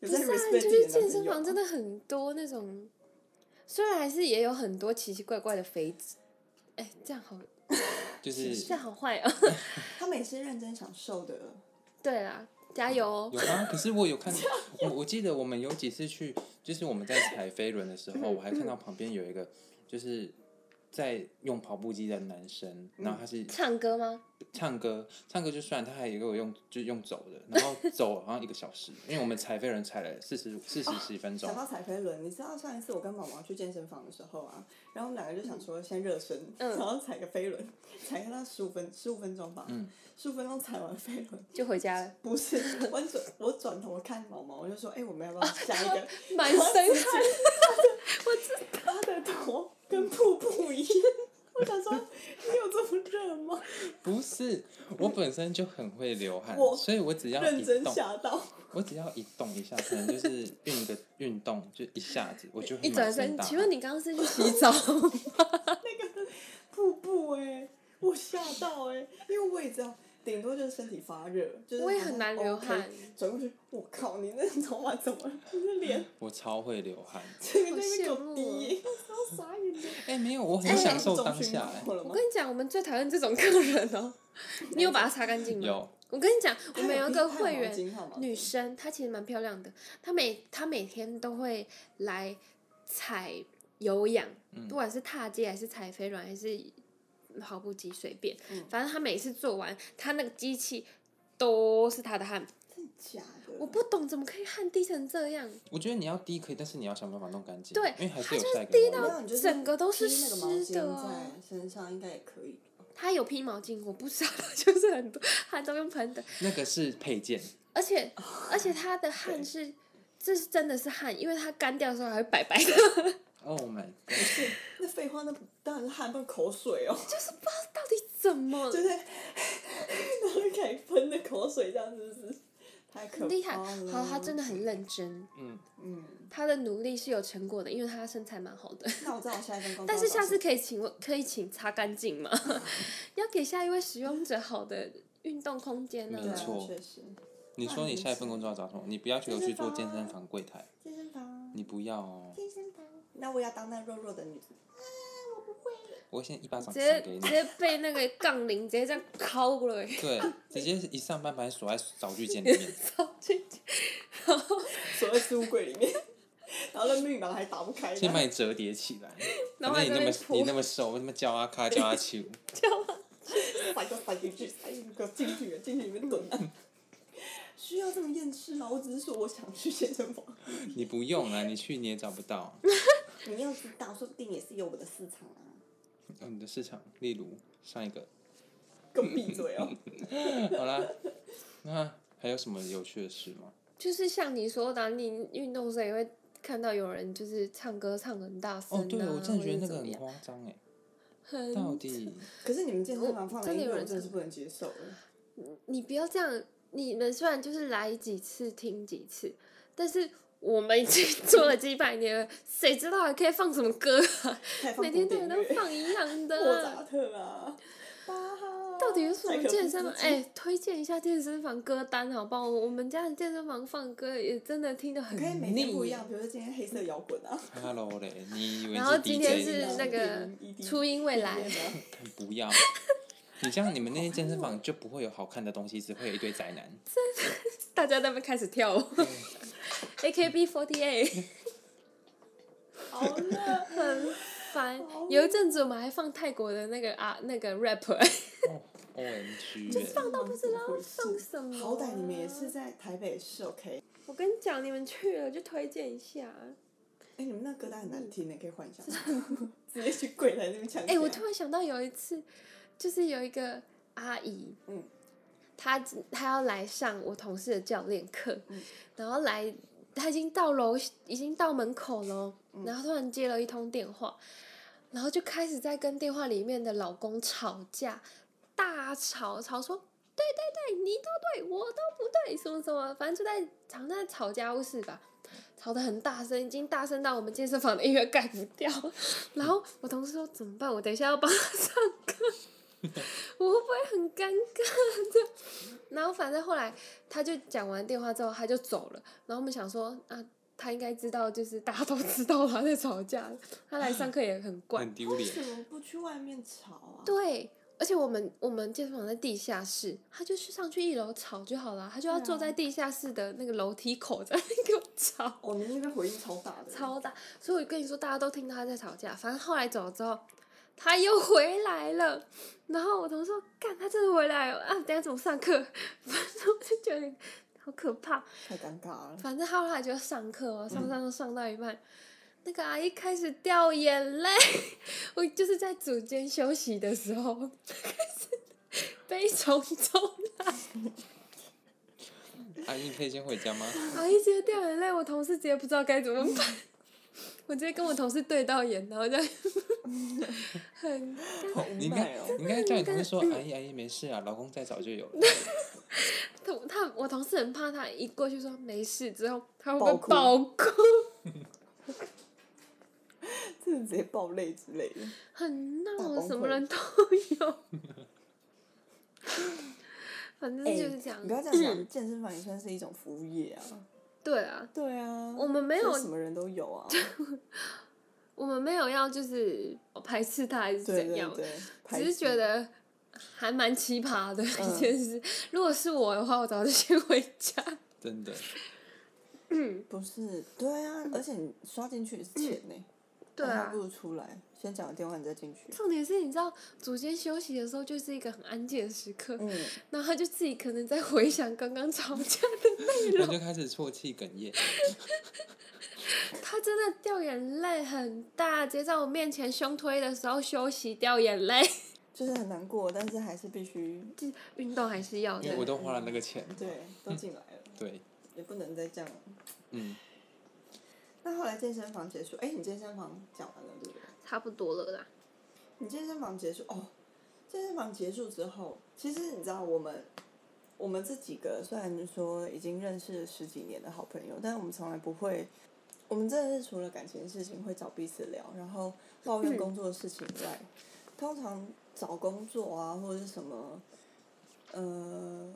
S2: 不
S3: 不是啊，就是健身房真的很多那种，虽然还是也有很多奇奇怪怪的肥子，哎，这样好，
S1: 就是
S3: 这样好坏哦。
S2: 他们也是认真想瘦的，
S3: 对啦，加油哦！
S1: 有啊，可是我有看，我我记得我们有几次去，就是我们在踩飞轮的时候，我还看到旁边有一个就是在用跑步机的男生，然后他是
S3: 唱歌吗？
S1: 唱歌，唱歌就算，他还给我用就用走的，然后走好像一个小时，因为我们踩飞轮踩了四十四
S3: 哦
S1: 十十分钟
S2: 想，到踩飞轮，你知道上一次我跟毛毛去健身房的时候啊，然后我们两个就想说先热身，
S3: 嗯
S2: 然后踩个飞轮， 踩个那十五分十五分钟吧
S1: 嗯，
S2: 十五、分钟踩完飞轮，
S3: 就回家了，
S2: 不是我转我转头看毛毛，我就说哎、我们要不要下一个？
S3: 满身汗。
S2: 他的头跟瀑布一样，我想说你有这么热吗？
S1: 不是，我本身就很会流汗
S2: 我，
S1: 所以我只要
S2: 认
S1: 一
S2: 真
S1: 动，
S2: 吓到，
S1: 我只要一动一下，可能就是运个运动，就一下子我就会
S3: 一转
S1: 满
S3: 身，
S1: 大
S3: 请
S1: 汗
S3: 问你刚刚是去洗澡？
S2: 瀑布哎、我吓到哎、因为我也知道。顶多就是身体发热，就是
S3: 我也
S2: 好像
S3: 很难流
S2: OK
S3: 汗，
S2: 转过去，我靠，你那头发怎么了？你的脸
S1: 我超会流汗，
S2: 这个
S3: 好
S2: 那
S3: 羡
S2: 个
S3: 慕哦
S2: 狗逼，超傻眼的。
S1: 哎、没有，我很
S3: 哎
S1: 享受当下、哎
S3: 我跟你讲，我们最讨厌这种客人哦。你有把它擦干净吗？。
S1: 有，
S3: 我跟你讲，我
S2: 我
S3: 们有一个会员，女
S2: 女
S3: 生，她其实蛮漂亮的，她每她每天都会来踩有氧，
S1: 嗯
S3: 不管是踏阶还是踩飞轮还是跑步机，随便，
S2: 嗯
S3: 反正她每次做完，她那个机器都是她的汗，
S2: 假的，
S3: 我不懂怎么可以汗滴成这样，
S1: 我觉得你要滴可以，但是你要想办法弄干净，
S3: 对
S1: 因为还是
S3: 它
S1: 有
S3: 就是
S1: 晒干
S3: 滴
S1: 的味道
S2: 没有你就是
S3: 整个都是
S2: 披那个毛
S3: 湿的
S2: 巾
S3: 啊。
S2: 在身上应该也可以。
S3: 她有披毛巾，我不知道， 就是很多汗都用喷的，
S1: 那个是配件，
S3: 而且
S2: 哦
S3: 而且她的汗是。这是真的是汗，因为她干掉的时候还会白白的，
S1: 哦、oh、my，god
S2: 那废话，那当然是汗，不是口水哦，
S3: 到底怎么？
S2: 就是然后开始喷的口水这样子，是不是？太可
S3: 很厉害，
S2: 怕哦了
S3: 好，他真的很认真，
S1: 嗯，
S2: 嗯，
S3: 他的努力是有成果的，因为他身材蛮好的。
S2: 那我知道我下一份工作要找谁。
S3: 但是下次可以请问，可以请擦干 净吗？要给下一位使用者好的运动空间呢、
S1: 没
S2: 对啊
S1: 错
S2: 确实，
S1: 你说你下一份工作要找什么？你不要求去做健身房柜台，
S2: 健身房，
S1: 你不要哦。
S2: 健身房，那我要当那弱弱的女子。啊，我不会。
S1: 我先一巴掌
S3: 直
S1: 扇
S3: 接
S1: 给
S3: 直
S1: 你。
S3: 接被那个杠铃直接这样敲过来，
S1: 对，直接一上班把你锁在扫具间里面。
S3: 超级
S2: 锁在置物柜里面， 然后那密码还打不开。
S1: 先把你折叠起 来，
S3: 然
S1: 反正
S3: 后还
S1: 你
S3: 在
S1: 那
S3: 那
S1: 么
S3: 边
S1: 你
S3: 扑
S1: 那么瘦，我他妈叫阿卡叫阿秋，
S2: 塞就塞进去，塞进去，给我进去，进去里面蹲啊！需要这么厌世吗？我只是说我想去健身房。
S1: 你不用啊，你去你也找不到。
S2: 你要知道，说不定也是有我的市场啊！
S1: 哦，你的市场，例如上一个，
S2: 更闭嘴哦！
S1: 好啦，那还有什么有趣的事吗？
S3: 就是像你说的啊、你运动时候也会看到有人就是唱歌唱很大声、啊
S1: 哦，对，我真的觉得那个
S3: 或者怎么
S1: 很
S3: 样
S1: 夸张哎，
S3: 很
S1: 到底
S2: 可是你们健身房放的音
S3: 真的
S2: 乐，
S3: 有
S2: 我
S3: 人
S2: 真的是不能接受了。
S3: 你不要这样，你们虽然就是来几次听几次，但是我们已经 做了几百年了，谁知道还可以放什么歌 啊？
S2: 太放
S3: 每天都
S2: 古典
S3: 有都
S2: 乐
S3: 放一样
S2: 莫
S3: 的、
S2: 扎
S3: 啊。
S2: 特啊，巴哈。
S3: 到底有什
S2: 柴
S3: 么
S2: 可夫
S3: 健身
S2: 斯
S3: 房？
S2: 基
S3: 哎、推荐一下健身房歌单好不好？我们家的健身房放歌也真的听得很
S2: 可以每天不一
S3: 腻。
S2: 样，比如说今天黑色摇滚啊，
S1: ，Hello 嘞，你以为
S3: 然后
S1: 是
S3: 今天
S1: DJ
S3: 是
S1: 呢
S3: 那个
S2: 一滴
S3: 初音未来，
S1: 嗯不要，你这样你们那些健身房就不会有好看的东西，只会有一堆宅 男。
S3: 大家在那边开始跳舞 ，AKB48
S2: 好了，
S3: 很烦。有一阵子我们还放泰国的那个啊那个 rap，
S1: 哦，OMG，欸
S2: 放到不知 道
S3: 放什么
S2: 好歹你们也是
S3: 啊
S2: 在台北市，OK？
S3: 我跟你讲，你们去了就推荐一下。啊
S2: 哎、你们那歌单很难听的，可以换一下吗。 直接去柜台那边抢起来。
S3: 哎、我突然想到有一次，就是有一个阿姨，
S2: 嗯，
S3: 她她要来上我同事的教练课，
S2: 嗯
S3: 然后来她已经到楼已经到门口了，
S2: 嗯
S3: 然后突然接了一通电话，然后就开始在跟电话里面的老公吵架，大吵吵说。对对对，你都对，我都不对，什么什么，反正就在常在吵架务事吧，吵得很大声，已经大声到我们健身房的音乐盖不掉。然后我同事说怎么办？我等一下要帮他唱歌，我会不会很尴尬？这样，然后反正后来他就讲完电话之后他就走了，然后我们想说啊，他应该知道，就是大家都知道他在吵架，他来上课也很怪
S1: 很，丢
S2: 为
S1: 脸。
S2: 什么不去外面吵啊？
S3: 对。而且我们我们健身房在地下室，他就去上去一楼吵就好了，他就要
S2: 对啊
S3: 坐在地下室的那个楼梯口在那边给我吵。
S2: 哦，你们那边回音超大的。
S3: 超大，所以我跟你说，大家都听到他在吵架。反正后来走了之后，他又回来了。然后我同事说：“干，他真的回来了啊！等一下怎么上课？” 反正我就觉得好可怕。
S2: 太尴尬了。
S3: 反正后来就上课哦，上上上到一半，那个阿姨开始掉眼泪。我就是在组间休息的时候， 开始 悲从中来。
S1: 阿啊姨，你可以先回家吗？
S3: 阿姨直接掉眼泪，我同事直接不知道该怎么办， 我直接跟我同事对到眼，然后这样 很
S2: 好无
S1: 你应
S2: 奈
S1: 该
S2: 哦。
S1: 你应该叫你同事说，阿姨阿姨没事啊，老公再找就有了。
S3: 他他我同事很怕他一过去说没事之后，他会
S2: 爆
S3: 不
S2: 哭
S3: 会爆哭？
S2: 真的直接爆泪之类的。
S3: 很闹
S2: 大崩，溃
S3: 什么人都有。 反正就是这样。
S2: 哎你不要这样讲，健身房也算是一种服务业啊。
S3: 对啊，
S2: 对啊。
S3: 我们没有
S2: 所以什么人都有 啊。
S3: 我们没有要就是排斥他还是
S2: 对
S3: 怎
S2: 对
S3: 样，
S2: 对。
S3: 只是觉
S2: 得。
S3: 得还蛮奇葩的
S2: 嗯
S3: 一件事。如果是我的话，我早就先回家。
S1: 真 的，
S2: 不是，对啊，而且你刷进去也是钱呢、
S3: 嗯 对
S2: 那
S3: 啊
S2: 还不，如出来，先讲完电话你再进去。
S3: 重点是，你知道，组间休息的时候就是一个很安静的时刻，
S2: 嗯，
S3: 然后他就自己可能在回想刚刚吵架的 内
S1: 我
S2: 哦
S1: 就
S3: 容，
S1: 开始啜泣哽咽。
S3: 他真的掉眼泪很大，直接在我面前胸推的时候休息掉眼泪，
S2: 就是很难过，但是还是必 须
S3: 就是运动还是要
S1: 因
S3: 的
S2: 嗯
S1: 为。我都花了那个钱。
S2: 对，都进来了，
S1: 对，
S2: 也不能再这样了。
S1: 嗯，
S2: 那后来健身房结束，哎、你健身房讲完了对不对？
S3: 差不多了啦，
S2: 你健身房结束哦，健身房结束之后，其实你知道我们我们这几个虽然说已经认识十几年的好朋友，但是我们从来不会，我们真的是除了感情的事情会找彼此聊，然后抱怨
S3: 嗯
S2: 工作的事情以外，通常找工作啊或者是什么，呃，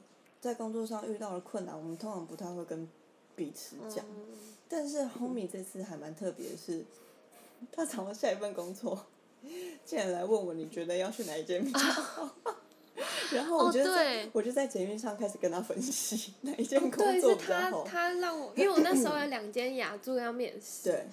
S2: 在工作上遇到的困难，我们通常不太会跟彼此讲。
S3: 嗯
S2: 但是 Homie 这次还蛮特别的是，他找到下一份工作，竟然来问我你觉得要去哪一间比较好。 然后
S3: 哦
S2: 我就在、
S3: 对哦
S2: 我就在捷运上开始跟他分析哪一间工
S3: 对，
S2: 作
S3: 是
S2: 比较
S3: 他
S2: 好。
S3: 他 让我，因为我那时候有两间雅座要面试，
S2: 对，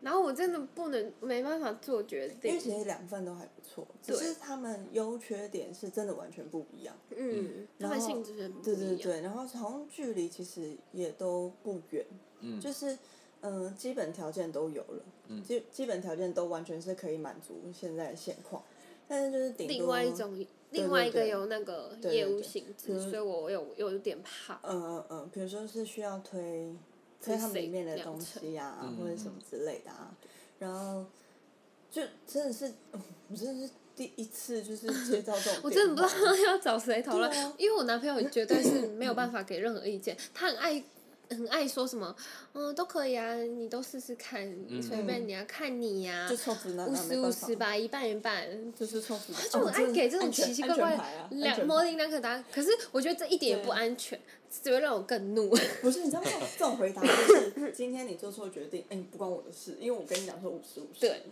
S3: 然后我真的不能没办法做决
S2: 因为
S3: 定，
S2: 其实两份都还不错，只
S3: 对
S2: 是他们优缺点是真的完全不一样。
S3: 嗯，他
S2: 然
S3: 们
S2: 后
S3: 性质很不
S2: 对对
S3: 一样，
S2: 对，然后好像距离其实也都不远，
S1: 嗯
S2: 就是嗯、呃基本条件都有了，
S1: 嗯
S2: 基基本条件都完全是可以满足现在的现况，但是就是顶多
S3: 另外一种，另
S2: 对
S3: 外一个
S2: 对
S3: 有那个
S2: 对对
S3: 业务
S2: 对
S3: 性
S2: 比
S3: 质，
S2: 如
S3: 所以我有有点怕，
S2: 嗯嗯嗯，比如说是需要推推他们里面的东西呀、
S1: 嗯
S2: 或者什么之类的啊，然后就真的是，哦我真的是第一次就是接到这种电话，
S3: 我真的不知 道要找谁讨论
S2: 对啊，嗯
S3: 因为我男朋友绝对是没有办法给任何意见，他很爱很爱说什么，嗯，都可以啊，你都试试看，随便你啊，看你呀、
S2: 嗯就臭直男
S3: 五
S2: 啊，没
S3: 十五
S2: 办法哦
S3: 十，吧，一半一半。
S2: 就是臭直男，
S3: 他就很爱给这种奇奇怪怪
S2: 啊
S3: 的两模
S2: 摸。
S3: 棱两可答案，可是我觉得这一点也不
S2: 对
S3: 安全，只会让我 更怒。
S2: 不是，你知道吗？这种回答就是今天你做错决定，哎、不关我的事，因为我跟你讲说五十五十。
S3: 对，
S1: 对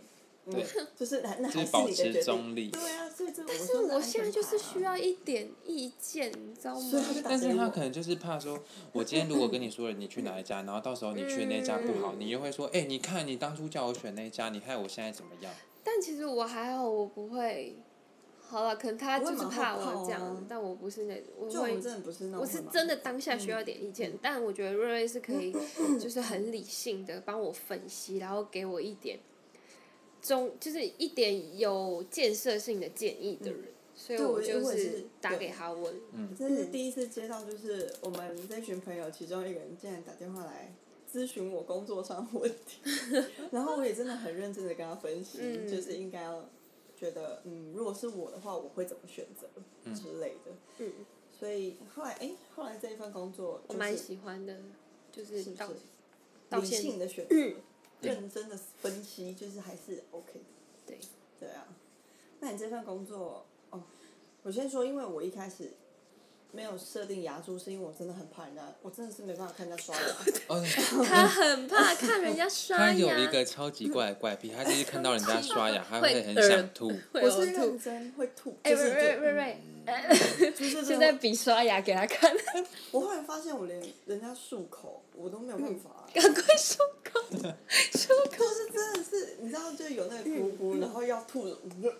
S2: 嗯，就是那那
S1: 就
S2: 还
S1: 是
S2: 是
S1: 保
S2: 你的
S1: 持
S2: 决
S1: 中
S2: 定。
S1: 立。
S2: 对啊，所以这但
S3: 但是我现在就是需，要一点意见，你知道
S2: 啊所以
S3: 吗
S2: 他？就打
S1: 但是
S2: 给
S1: 他
S2: 我
S1: 可能就是怕说，我今天如果跟你说了你去哪一家，然后到时候你去的那家不好，你又会说，哎、你看你当初叫我选那家，你害我现在怎么样？
S3: 但其实我还好，我不会。好了，可能他
S2: 不
S3: 就
S2: 会
S3: 是
S2: 马后
S3: 怕我
S2: 炮
S3: 这样，
S2: 啊
S3: 但我不是那，我
S2: 就我
S3: 会
S2: 们真的不是嗯那种
S3: 我
S2: 会
S3: 是
S2: 吗
S3: 真的当下需要一点意见，但我觉得瑞瑞是可 以，就是很理性的帮我分析，然后给我一点中，就是一点有建设性的建议的人，所
S2: 嗯
S3: 以
S2: 对我
S3: 就
S2: 我也
S3: 是
S2: 是
S3: 打
S2: 对
S3: 给他问，
S1: 嗯
S2: 这是
S3: 嗯
S2: 第一次接到，就是我们这群朋友其中一个人竟然打电话来咨询我工作上的问 题，然后我也真的很认真的跟他分析，
S3: 嗯
S2: 就是应该要觉得，嗯，如果是我的话，我会怎么选择之类的。
S3: 嗯，
S2: 所以后来，哎、后来这一份工作
S3: 我
S2: 就
S3: 蛮
S2: 是
S3: 喜欢的，就是是
S2: 不
S3: 到
S2: 是
S3: 到
S2: 理
S3: 现嗯
S2: 性的选择，认真的分析，就是还是 OK 的。
S3: 对，
S2: 对啊，那你这份工作哦，我先说，因为我一开始没有设定牙珠，是因为我真的很怕人家，我真的是没办法看人家刷 牙。
S1: 哦，
S3: 他很怕看人家刷
S1: 他有一
S3: 牙，
S1: 个超级怪的怪癖，他就是看到 人家刷牙，他
S3: 会
S1: 会很想吐。
S3: 会
S2: 我
S3: 呕
S2: 是
S3: 吐
S2: 认。真会吐，
S3: 哎，
S2: 就
S3: 瑞
S2: 是嗯
S3: 瑞
S2: 就
S3: 瑞瑞，
S2: 就是
S3: 现
S2: 真
S3: 在
S2: 的。
S3: 比刷牙给他看，
S2: 我后来发现，我连人家漱口我都没有办法、
S3: 赶快漱口，漱口。
S2: 就是真的是，你知道，就有那个咕
S3: 嗯
S2: 咕，然后要吐，我就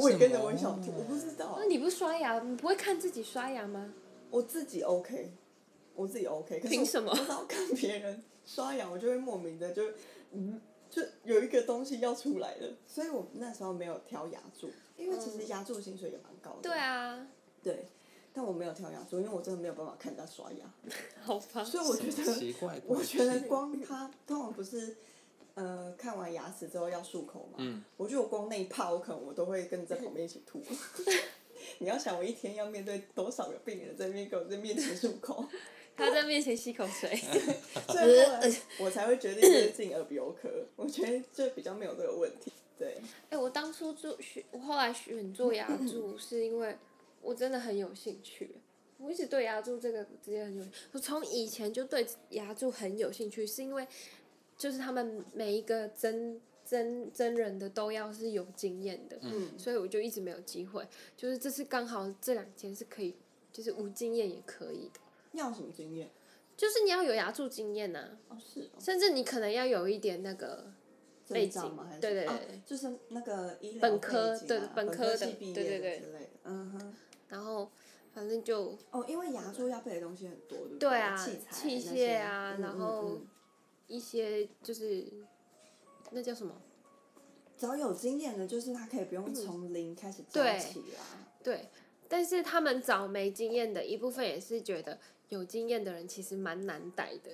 S2: 我也跟着我也想吐，我不知道
S3: 那。你不刷牙，你不会看自己刷牙吗？
S2: 我自己 OK，我自己 OK，可是
S3: 凭
S2: 我
S3: 什么
S2: 我老看别人刷牙，我就会莫名的就，嗯，就有一个东西要出来了，所以我那时候没有挑牙柱，因为其实牙柱的薪水也蛮高的。
S3: 嗯对。啊，
S2: 对，但我没有挑牙柱，因为我真的没有办法看人家 刷牙，
S3: 好吧。
S2: 所以 我觉得，
S1: 奇怪，
S2: 我觉得光他通常不是。呃，看完牙齿之后要漱口嘛，
S1: 嗯
S2: 我觉得我光那一趴，我可能我都会跟着在旁边一起 吐。你要想，我一天要面对多少个病人在那边给我在面前漱口，
S3: 他在面前吸口水，
S2: 所以后来我才会决定就是进耳鼻喉科，我觉得就比较没有这个问题。对，
S3: 哎、我当初做选，我后来选做牙柱，是因为我真的很有兴趣。我一直对牙柱这个职业很有，我从以前就对牙柱很有兴趣，是因为就是他们每一个真真真人的都要是有经验的，
S2: 嗯，
S3: 所以我就一直没有机会。就是这次刚好这两间是可以，就是无经验也可以的，
S2: 要有什么经验？
S3: 就是你要有牙柱经验呐、
S2: 哦，是哦，
S3: 甚至你可能要有一点那个背
S2: 证照
S3: 景
S2: 吗？还是
S3: 对对
S2: 啊
S3: 对
S2: 就是那个医疗
S3: 本科
S2: 背景啊
S3: 对本
S2: 本
S3: 科的
S2: 系毕业
S3: 对对
S2: 的
S3: 对
S2: 之类的，嗯哼。
S3: 然后反正就
S2: 哦，因为牙柱要备的东西很多，对不
S3: 对啊
S2: 器材、
S3: 器
S2: 那些
S3: 械啊
S2: 嗯
S3: 然
S2: 嗯
S3: 后
S2: 嗯
S3: 一些就是那叫什么？
S2: 只要有经验的，就是他可以不用从零开始教
S3: 对
S2: 起啊啦。
S3: 对，但是他们找没经验的一部分也是觉得有经验的人其实蛮难带的，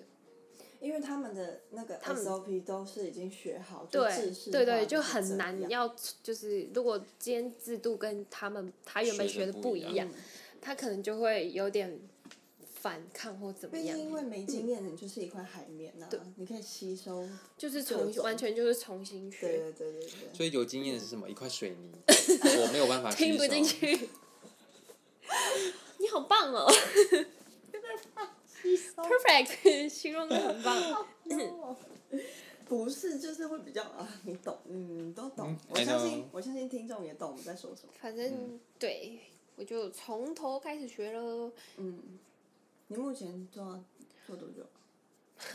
S2: 因为他们的那个
S3: 他们
S2: SOP 都是已经学好，就
S3: 对
S2: 制式
S3: 对
S2: 化
S3: 对，
S2: 就
S3: 就是很
S2: 这
S3: 难
S2: 样
S3: 要就是如果今天制度跟他们他原本
S1: 学得
S3: 学的
S1: 不
S3: 不
S1: 一
S3: 一
S1: 样
S3: 样，他可能就会有点反抗或怎么
S2: 毕
S3: 样
S2: 竟，因为没经验，你就是一块海绵呐、你可以吸收。
S3: 就是
S2: 各
S3: 重
S2: 种
S3: 完全就是重新
S2: 对
S3: 学，
S2: 对对对对。
S1: 所以有经验是什么？一块水 泥，我没有办法吸收
S3: 听不进。去。 你好棒哦
S2: 吸收
S3: ，perfect，形容的很棒。
S2: 不 不是，就是会比较啊，你懂，嗯，都懂。
S1: 嗯
S2: 我
S1: I
S2: 相
S1: know
S2: 信，我相信听众也懂我们在说什么。
S3: 反正、对我就从头开始学了。
S2: 嗯，你目前做到做多久？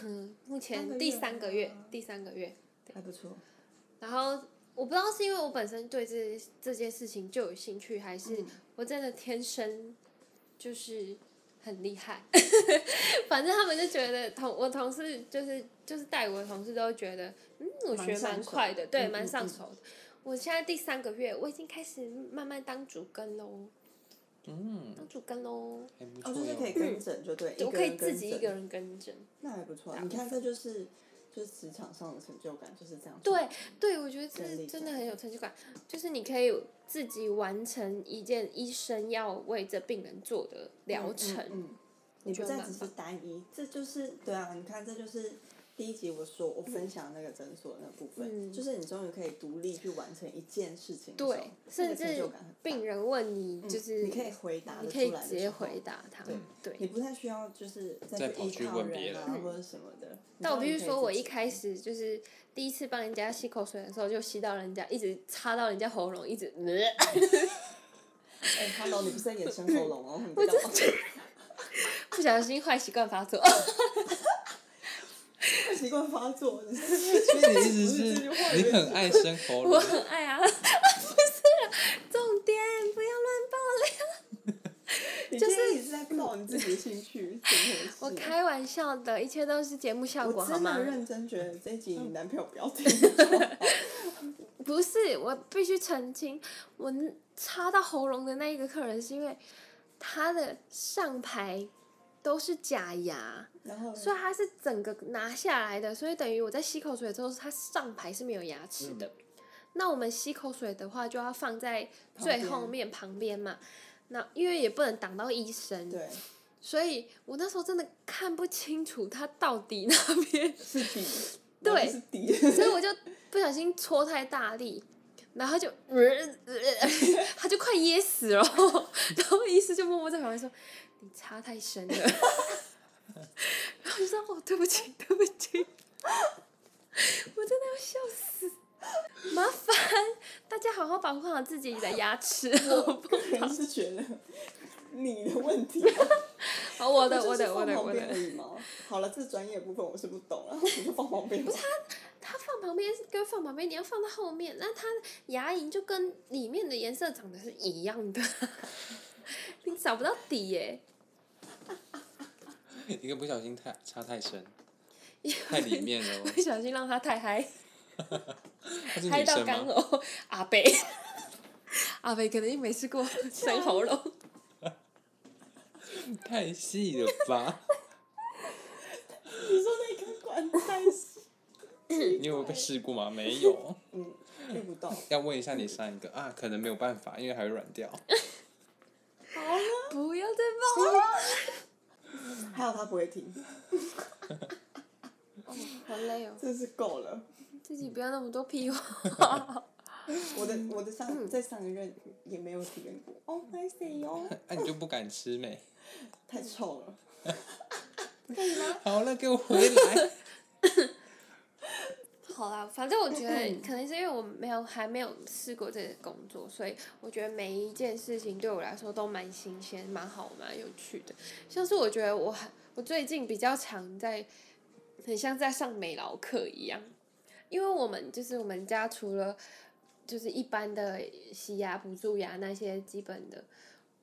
S3: 嗯，目
S2: 三个
S3: 前
S2: 月
S3: 第三个月
S2: 吗，
S3: 第三个月。
S2: 还不错。
S3: 然后我不知道是因为我本身对这这件事情就有兴趣，还是
S2: 嗯
S3: 我真的天生就是很厉害。 反正他们就觉得同我同事就是就是带我的同事都觉得，嗯，我
S2: 蛮
S3: 学
S2: 上
S3: 蛮
S2: 手
S3: 快的，对，
S2: 嗯
S3: 蛮
S2: 嗯
S3: 上
S2: 嗯
S3: 手的。我现在第三个月，我已经开始慢慢当主跟喽，
S1: 嗯，
S3: 当主跟喽，
S1: 还不错
S2: 哦，就是
S1: 哟
S2: 可以。跟整，就对，一
S3: 嗯我
S2: 个
S3: 可以
S2: 人
S3: 自
S2: 跟
S3: 己一
S2: 整
S3: 个，人跟诊。
S2: 那还不错啊。
S3: 大
S2: 你看，这就是就是职场上的成就感，就是这样。
S3: 对，对，我觉得这
S2: 能
S3: 是
S2: 力
S3: 真
S2: 在
S3: 的很有成就感，就是你可以自己完成一件医生要为这病人做的疗程。
S2: 嗯嗯嗯你
S3: 觉
S2: 不
S3: 得
S2: 再
S3: 蛮
S2: 只是
S3: 棒
S2: 单一，这就是对啊。你看，这就是第一集我说我分享那个诊所那部分，
S3: 嗯
S2: 就是你终于可以独立去完成一件事情的时候，
S3: 对，
S2: 那
S3: 甚
S2: 个成
S3: 至
S2: 就感很大
S3: 病人问你，
S2: 嗯
S3: 就是
S2: 你可以回答
S3: 你
S2: 得
S3: 可以
S2: 出来的
S3: 直接
S2: 时候
S3: 回答他。对，
S2: 你不太需要就是
S1: 再
S2: 再去
S1: 跑
S2: 依
S1: 去
S2: 靠
S1: 问别
S2: 人啊
S1: 人
S2: 或者什么的。
S3: 但我必须说，我一
S2: 开
S3: 开始就是第一次帮人家吸口水的时候，就吸到人家，一直插到人家喉咙，一直，呃
S2: 哎，Hello，你不是在演生喉咙 哦？你不要
S3: 不小心坏习惯 发作。
S2: 习惯发作， 你
S1: 所以你的意思
S2: 不是
S1: 是
S2: 这句话，
S1: 你
S2: 有
S1: 很爱生喉
S3: 我
S1: 咙，
S3: 很爱啊，不 是啦，重点不要乱报。
S2: 你就是一直在爆你自己的兴 趣，怎么回事？
S3: 我开玩笑的，一切都是节目效
S2: 我
S3: 果，好
S2: 真
S3: 吗嗯
S2: 的？认真觉得这一集你男朋友不要听，
S3: 不是，我必须澄清，我插到喉咙的那一个客人是因为他的上排都是假牙，
S2: 然后
S3: 所以他是整个拿下来的，所以等于我在吸口水的时候，他上排是没有牙齿的。那我们吸口水的话，就要放在最后面旁边嘛。那因为也不能挡到医生，
S2: 对
S3: 所以我那时候真的看不清楚他到底那边
S2: 是底，
S3: 对
S2: 然后是底，
S3: 所以我就不小心搓太大力，然后他就，呃呃、 他就快噎死了。然后医师就默默在旁边说：“你插太深了。” 然后我就说：“哦，对不起，对不起。” 我真的要笑死。麻烦大家好好保护好自己的牙齿，好不
S2: 可能是觉得 你的问题。啊
S3: 好？ 我的，
S2: 就
S3: 我
S2: 是
S3: 的，我的，
S2: 放
S3: 我
S2: 旁边
S3: 的
S2: 而。已嘛。好了，这专业部分我是不懂，然后 我就放旁 边吧。
S3: 啊它放旁边跟放旁边，你要放到后面，那它牙龈就跟里面的颜色长得是一样的， 你找不到底耶、
S1: 一个不小心太插太深，太里面了哦。
S3: 不小心让它太嗨，
S1: 她是
S3: 嗨
S1: 女
S3: 到
S1: 生
S3: 干
S1: 吗？
S3: 呕。阿贝，阿贝可能也没吃过生喉咙，
S1: 太细了吧？
S2: 你说那根管太 细，
S1: 你有被试过吗？没有。
S2: 嗯，遇不 到。
S1: 要问一下你上一个啊，可能没有办法，因为还会软掉。
S2: 好了，
S3: 不要再抱了。
S2: 还好他不会听，
S3: 哦，好累哦，
S2: 真是够了。
S3: 自己不要那么多屁话。
S2: 我的我的上
S3: 嗯
S2: 在上一任也没有体验过。哦，拍谁哟？
S1: 那、啊你就不敢吃没？
S2: 太臭了。
S1: 好了，给我回来。
S3: 好啦，反正我觉得可能是因为我没有还没有试过这个工作，所以我觉得每一件事情对我来说都蛮新鲜、蛮好、蛮有趣的。像是我觉得我很我最近比较常在，很像在上美劳课一样，因为我们就是我们家除了就是一般的洗牙、补蛀牙那些基本的，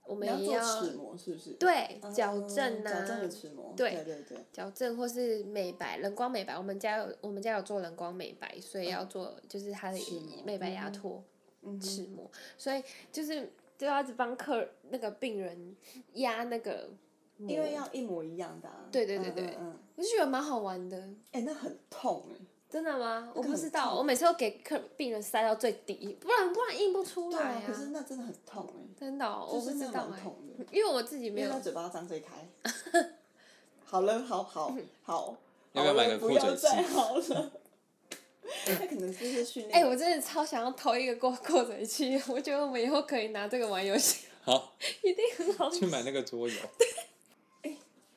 S3: 我
S2: 你
S3: 们
S2: 要做
S3: 也
S2: 齿膜是不是？
S3: 对
S2: 嗯，
S3: 矫正啊，
S2: 矫正的齿膜。
S3: 对
S2: 对对对。
S3: 矫正或是美白、冷光美白，我们家有我们家有做冷光美白，所以要做就是它的
S2: 齿膜
S3: 美白牙托
S2: 嗯哼。
S3: 齿膜，所以就是就要一直帮客那个病人压那个膜，
S2: 因为要一模一样的啊。
S3: 对对对对
S2: 嗯嗯。嗯
S3: 我就觉得蛮好玩的。
S2: 哎，那很痛哎。
S3: 真的吗？我
S2: 个
S3: 不
S2: 很
S3: 知道，
S2: 痛
S3: 我每次都给客病人塞到最底，不然不然印不出
S2: 对
S3: 来
S2: 啊
S3: 啊，
S2: 可是那真的很痛哎。
S3: 真的哦、我
S2: 就
S3: 不
S2: 是
S3: 知
S2: 那
S3: 道
S2: 蛮
S3: 哎、
S2: 痛的。
S3: 因为我自己没
S2: 因为
S3: 有
S2: 他嘴巴张最开。 好了，好好
S3: 嗯
S2: 好，
S1: 要不要
S2: 好了
S1: 买个
S2: 不
S1: 扩
S2: 要
S1: 嘴器
S2: 再好了。那可能是一些训
S3: 哎、
S2: 练。
S3: 我真的超想要偷一个过过嘴器，我觉得我们以后可以拿这个玩游戏，
S1: 好，
S3: 一定很好
S1: 去买那个桌游。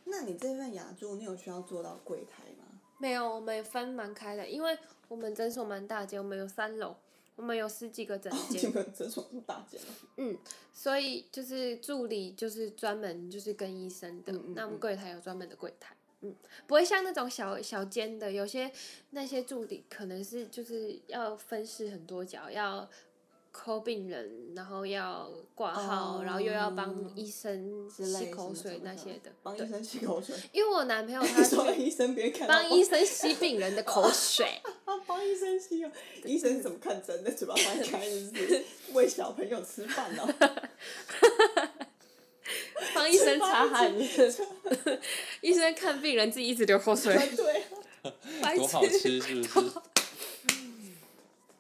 S2: 那你这份牙柱，你有需要做到柜台吗？
S3: 没有，我们分蛮开的，因为我们诊所蛮大间，我们有三楼，我们有十几个诊
S2: 你
S3: 间，
S2: 们诊所是大间吗？
S3: 所以就是助理就是专门就是跟医生的，
S2: 嗯嗯
S3: 那我
S2: 嗯
S3: 们柜台有专门的柜台，嗯，不会像那种小小间的，有些那些助理可能是就是要分饰很多角，要抠病人，然后要挂号，然后又要帮
S2: 哦
S3: 医生
S2: 之类
S3: 吸口
S2: 什么
S3: 水
S2: 什么
S3: 那
S2: 的
S3: 些的，
S2: 帮医
S3: 对，
S2: 生吸口水，
S3: 因为我 男朋友他
S2: 你说
S3: 去
S2: 医生别看到
S3: 帮医生吸病人的口水。
S2: 啊，帮医生吸哦，医生怎么看真的嘴巴翻开就是喂小朋友吃饭哦呢、
S3: 帮医生擦汗
S2: 帮医，
S3: 医生看病人自己一直流口水
S2: 啊，对啊，
S3: 白
S1: 多好
S3: 痴。
S1: 吃是不 是？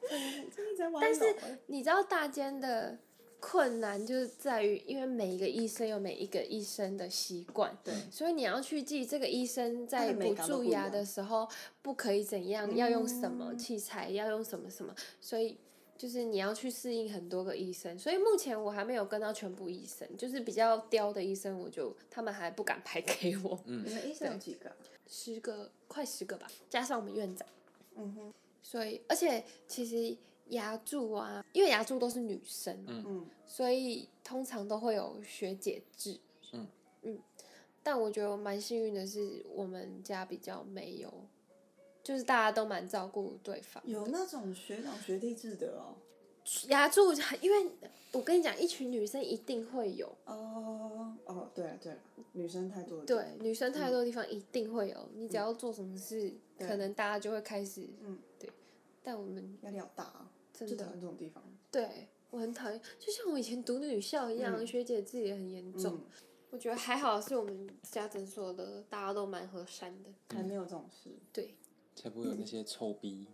S2: 真的在玩
S3: 但是
S2: 脑欸
S3: 你知道大间的困难就是在于，因为每一个医生有每一个医生的习惯，
S2: 对
S3: 所以你要去记这个医生
S2: 他
S3: 在
S2: 的美
S3: 补
S2: 感都
S3: 蛀
S2: 不一
S3: 牙
S2: 样
S3: 的时候不可以怎样，要用什么
S2: 嗯
S3: 器材，要用什么什么，所以。就是你要去适应很多个医生，所以目前我还没有跟到全部医生，就是比较刁的医生，我就他们还不敢排给我。
S2: 你们医生有几个啊？
S3: 十个快十个吧，加上我们院长，
S2: 嗯哼，
S3: 所以而且其实牙柱啊，因为牙柱都是女生，
S1: 嗯
S2: 嗯，
S3: 所以通常都会有学姐制。
S1: 嗯
S3: 嗯但我觉得我蛮幸运的是，我们家比较没有，就是大家都蛮照顾对方。
S2: 有那种学长学弟制的哦。
S3: 牙柱， 因为我跟你讲，一群女生一定会有，
S2: 哦哦，对了对了，女生太多了。
S3: 对，女生太多的地方一定会有，你只要做什么事，
S2: 对
S3: 可能大家就会开始，
S2: 嗯，
S3: 对。但我们
S2: 压力好大啊，
S3: 真
S2: 就
S3: 的
S2: 讨厌这种地方。
S3: 对我很讨厌，就像我以前读女校一样，
S2: 嗯
S3: 学姐自己也很严重。
S2: 嗯，
S3: 我觉得还好是我们家诊所的大家都蛮和善的，
S2: 还没有这种事。
S3: 对，
S1: 才不会有那些臭逼，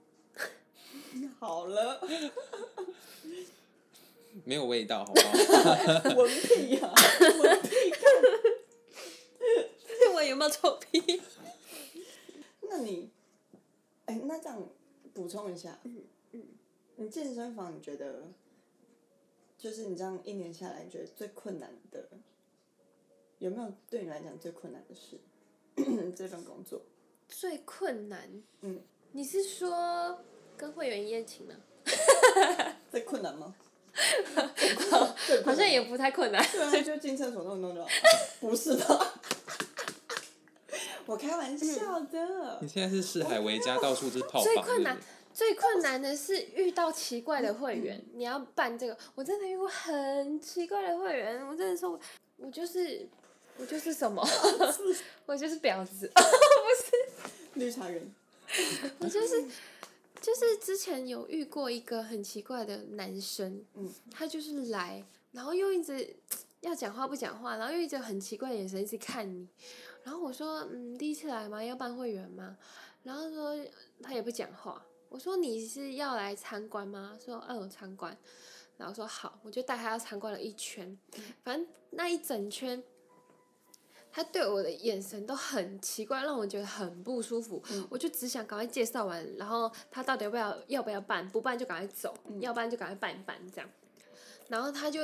S2: 好了，
S1: 没有味道，好不好？
S2: 文屁呀、文屁。
S3: 我有没有臭屁？
S2: 那你，哎、那这样补充一下，嗯
S3: 嗯
S2: 你健身房你觉得，就是你这样一年下来，你觉得最困难的，有没有对你来讲最困难的事？这份工作，
S3: 最困难，
S2: 嗯，
S3: 你是说跟会员一夜情吗？
S2: 最困难吗？最困难
S3: 好像也不太困难，
S2: 对啊，就进厕所弄一弄就好，不是吧？ 我开玩笑的
S1: 你，现在是四海为家，到处是泡
S3: 最
S1: 房，
S3: 困难
S1: 是不是。
S3: 最困难的是遇到奇怪的会员，你要办这个，我真的遇过很奇怪的会员，我真的说，我就是我就是什么， 我就是婊子。
S2: 绿茶人，
S3: 我就是就是之前有遇过一个很奇怪的男生，
S2: 嗯
S3: 他就是来，然后又一直要讲话不讲话，然后又一直很奇怪的眼神一直看你，然后我说嗯第一次来吗？要办会员吗？然后说他也不讲话，我说你是要来参观吗？说嗯参观，然后说好，我就带他要参观了一圈，反正那一整圈。他对我的眼神都很奇怪，让我觉得很不舒服。
S2: 嗯
S3: 我就只想赶快介绍完，然后他到底要不要要不要办，不办就赶快走，
S2: 嗯
S3: 要不然就赶快办一办这样。然后他就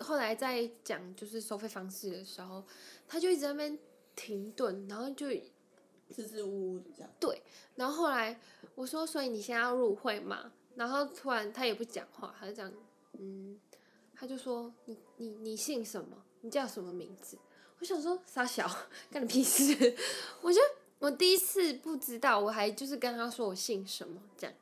S3: 后来在讲就是收费方式的时候，他就一直在那边停顿，然后就
S2: 支支吾吾的这样，
S3: 然后后来我说，所以你现在要入会嘛？然后突然他也不讲话，他就讲，嗯，他就说你你你姓什么？你叫什么名字？我想说傻小，干你屁事！ 我就我第一次不知道，我还就是跟他说我姓什么这样。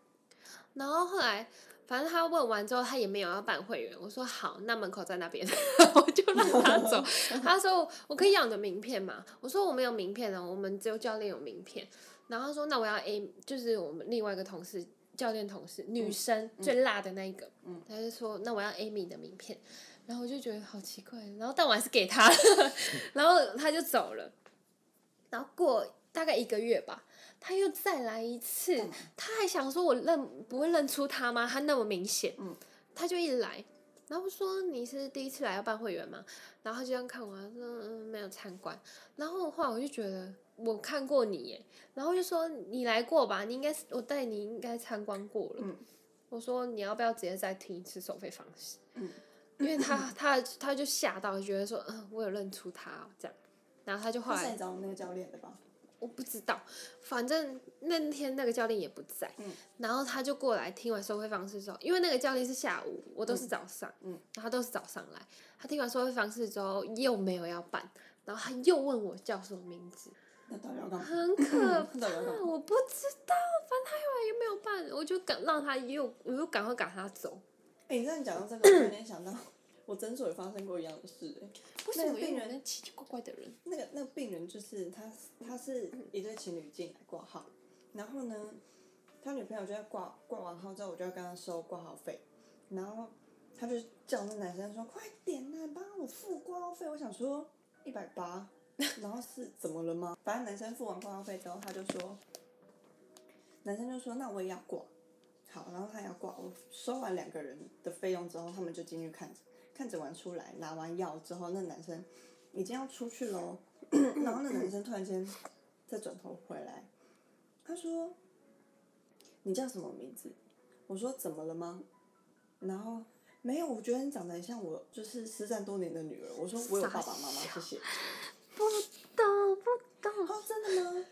S3: 然后后来，反正他问完之后，他也没有要办会员。我说好，那门口在那边， 我就让他走。他说我可以要你的名片吗？我说我没有名片哦，我们只有教练有名片。然后他说那我要 A，就是我们另外一个同事教练同事，女生、最辣的那一个，
S2: 嗯
S3: 他就说那我要 Amy 的名片。然后我就觉得好奇怪，然后但我还是给他了， 然后他就走了。然后过大概一个月吧，他又再来一次，
S2: 干嘛
S3: 他还想说我认不会认出他吗？他那么明显，
S2: 嗯
S3: 他就一来，然后说你是第一次来要办会员吗？然后他就这样看我，他说嗯没有参观。然后的话我就觉得我看过你耶，然后就说你来过吧，你应该是我带你应该参观过了。
S2: 嗯
S3: 我说你要不要直接再听一次收费方式？
S2: 嗯
S3: 因为 他他他就吓到，觉得说嗯我有认出他哦、这样，然后他就后
S2: 他是
S3: 来
S2: 来找那个教练的吧？
S3: 我不知道，反正那天那个教练也不在，
S2: 嗯
S3: 然后他就过来听完收费方式之后，因为那个教练是下午，我都是早上，
S2: 嗯
S3: 然后他都是早上来，他听完收费方式之后又没有要办，然后他又问我叫什么名字，
S2: 那到底要干嘛？
S3: 很 可
S2: 那到底要干
S3: 怕，
S2: 嘛？
S3: 我不知道，反正他后来也没有办，我就赶让他又，我就赶快赶他走，
S2: 哎、你这样讲到这个，我有点想到，我诊所也发生过一样的事、哎，
S3: 为什么
S2: 病
S3: 有
S2: 人
S3: 人奇奇怪怪的人？
S2: 那个那个病人就是他，他是一对情侣进来挂号，然后呢，他女朋友就在挂挂完号之后，我就要跟他收挂号费，然后他就叫那男生说：“快点呐、帮我付挂号费。”我想说一百八， 然后是怎么了吗？反正男生付完挂号费之后，他就说，男生就说：“那我也要挂。”好，然后他也要挂，我收完两个人的费用之后，他们就进去看诊，看诊完出来拿完药之后，那男生已经要出去喽， 然后那男生突然间再转头回来，他说：“你叫什么名字？”我说：“怎么了吗？”然后没有，我觉得你长得很像我，就是失散多年的女儿。我说：“我有爸爸妈妈，谢谢。”
S3: 不懂，不懂。
S2: 哦，真 的吗？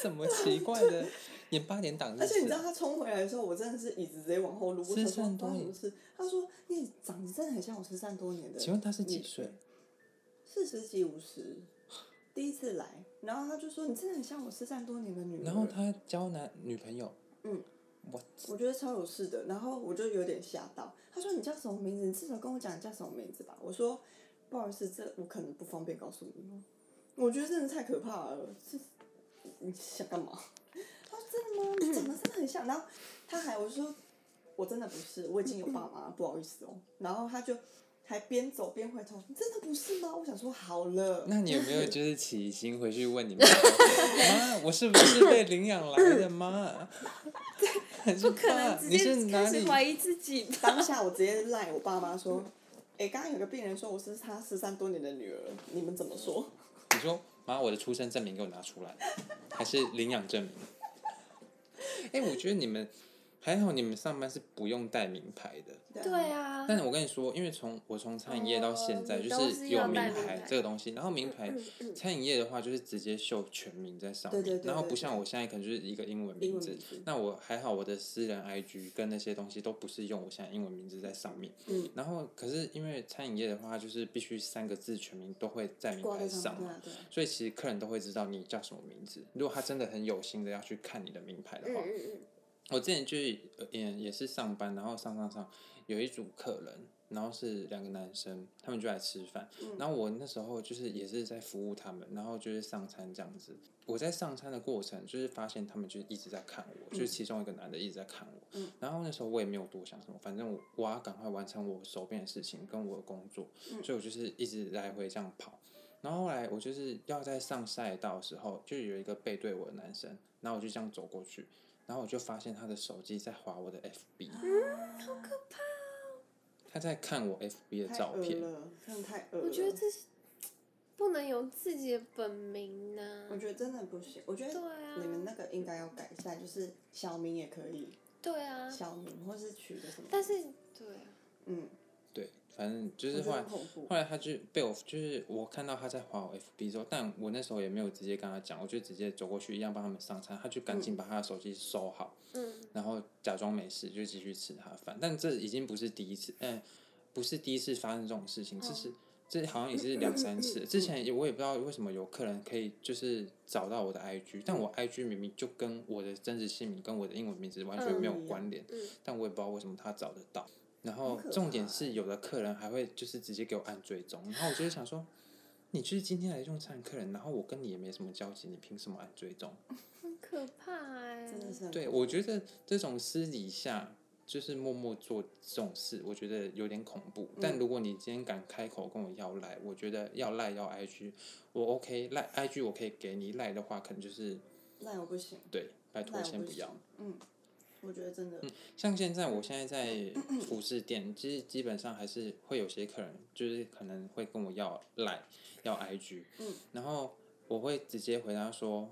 S1: 什么奇怪的演八点档日
S2: 而且
S1: 子
S2: 你知道
S1: 啊？
S2: 他冲回来的时候，我真的是椅子直接往后撸。我
S1: 失
S2: 想说
S1: 散多
S2: 发生什
S1: 年
S2: 么事？他说：“你长得真的很像我失散多年的。”
S1: 请问他是几岁？？
S2: 四十几、五十。第一次来，然后他就说：“你真的很像我失散多年的女儿。”
S1: 然
S3: 嗯
S1: 后他交男女朋友？
S2: 嗯，
S1: 我
S2: 我觉得超有事的，然后我就有点吓到。他说：“你叫什么名字？你至少跟我讲你叫什么名字吧。”我说：“不好意思，这我可能不方便告诉你哦。”我觉得真的太可怕了，这你想干嘛？他说：“真的吗？你长得真的很像。”然后他还我说：“我真的不是，我已经有爸妈了，不好意思哦。”然后他就还边走边回头：“你真的不是吗？”我想说：“好了。”
S1: 那你有 没有就是起心回去问你妈说？妈，我是不是被领养来的？妈，
S3: 不可能直
S1: 你是
S3: 接
S1: 哪
S3: 开始
S1: 里？
S3: 怀疑自己吧？
S2: 当下我直接赖我爸妈说：“哎、刚刚有个病人说我是他十三多年的女儿，你们怎么说？”
S1: 你说妈，我的出生证明给我拿出来，还是领养 证明？哎、我觉得你们还好，你们上班是不用带名牌的。
S3: 对啊，
S1: 但是我跟你说，因为从我从餐饮业到现在，
S3: 哦你
S1: 就
S3: 都是
S1: 有
S3: 要
S1: 名
S3: 带名
S1: 牌
S3: 牌
S1: 这个东西。然后名牌餐饮业的话，就是直接秀全名在上面。
S2: 嗯对对对
S1: 然后不
S2: 对
S1: 像我现在可能就是一个英文
S2: 英
S1: 名
S2: 文
S1: 字
S2: 名字。
S1: 那我还好，我的私人 IG 跟那些东西都不是用我现在英文名字在上面。
S2: 嗯
S1: 然后可是因为餐饮业的话，就是必须三个字全名都会在名
S2: 挂
S1: 牌
S2: 在
S1: 上
S2: 上
S1: 嘛
S2: 面，。对啊
S1: 所以其实客人都会知道你叫什么名字。如果他真的很有心的要去看你的名牌的
S3: 嗯
S1: 话，
S3: 嗯嗯，
S1: 我之前去呃也也是上班，然后上上上有一组客人，然后是两个男生，他们就来吃饭，然后我那时候就是也是在服务他们，然后就是上餐这样子。我在上餐的过程，就是发现他们就一直在看我，就是其中一个男的一直在看我，
S2: 嗯
S1: 然后那时候我也没有多想什么，反正我我要赶快完成我手边的事情跟我的工作，所以我就是一直来回这样跑。然后后来我就是要在上赛道的时候，就有一个背对我的男生，然后我就这样走过去，然后我就发现他的手机在划我的 FB，他在看我 FB 的
S2: 太
S1: 照
S2: 恶
S1: 片。
S2: 了，呃真的太恶了。
S3: 我觉得这是不能有自己的本名呐、
S2: 我觉得真的不行。我觉
S3: 对
S2: 得
S3: 啊
S2: 你们那个应该要改一下，就是小名也可以，
S3: 对啊，
S2: 小名或是取个什么，
S3: 但是对啊，
S2: 嗯，
S1: 对，反正就
S2: 我
S1: 是
S2: 觉
S1: 后
S2: 得
S1: 来
S2: 很恐怖
S1: 后。来他就被我就是我看到他在划我 FB 之后，但我那时候也没有直接跟他讲，我就直接走过去一样帮他们上餐，他就
S2: 嗯
S1: 赶紧把他的手机收好，
S3: 嗯，
S1: 然后假装没事就继续吃他的饭。但这已经不是第一次，嗯、不是第一次发生这种事情，这
S2: 哦
S1: 是。这好像也是两三
S2: 嗯
S1: 次，之前也我也不知道为什么有客人可以就是找到我的 IG，但我 IG 明明就跟我的真实姓名跟我的英文名字完全没有
S2: 嗯
S1: 关联，
S3: 嗯
S1: 但我也不知道为什么他找得到。然后
S2: 很可
S1: 重点
S2: 怕
S1: 是，
S2: 欸
S1: 有的客人还会就是直接给我按追踪，然后我就是想说，你就是今天来用餐的客人，然后我跟你也没什么交集，你凭什么按追踪？
S3: 很可怕哎、
S2: 真的是很
S1: 对，我觉得这种私底下就是默默做这种事，我觉得有点恐怖。
S2: 嗯
S1: 但如果你今天敢开口跟我要赖，我觉得要赖要 IG，我 OK 赖 IG 我可以给你赖的话，可能就是
S2: 赖我不行，
S1: 对，拜
S2: 赖
S1: 托
S2: 我
S1: 先不
S2: 行
S1: 要。。嗯
S2: 嗯，我觉得真的，
S1: 像现在，我现在在
S2: 嗯
S1: 服饰店，其实基本上还是会有些客人，就是可能会跟我要来要 IG，、
S2: 嗯
S1: 然后我会直接回答说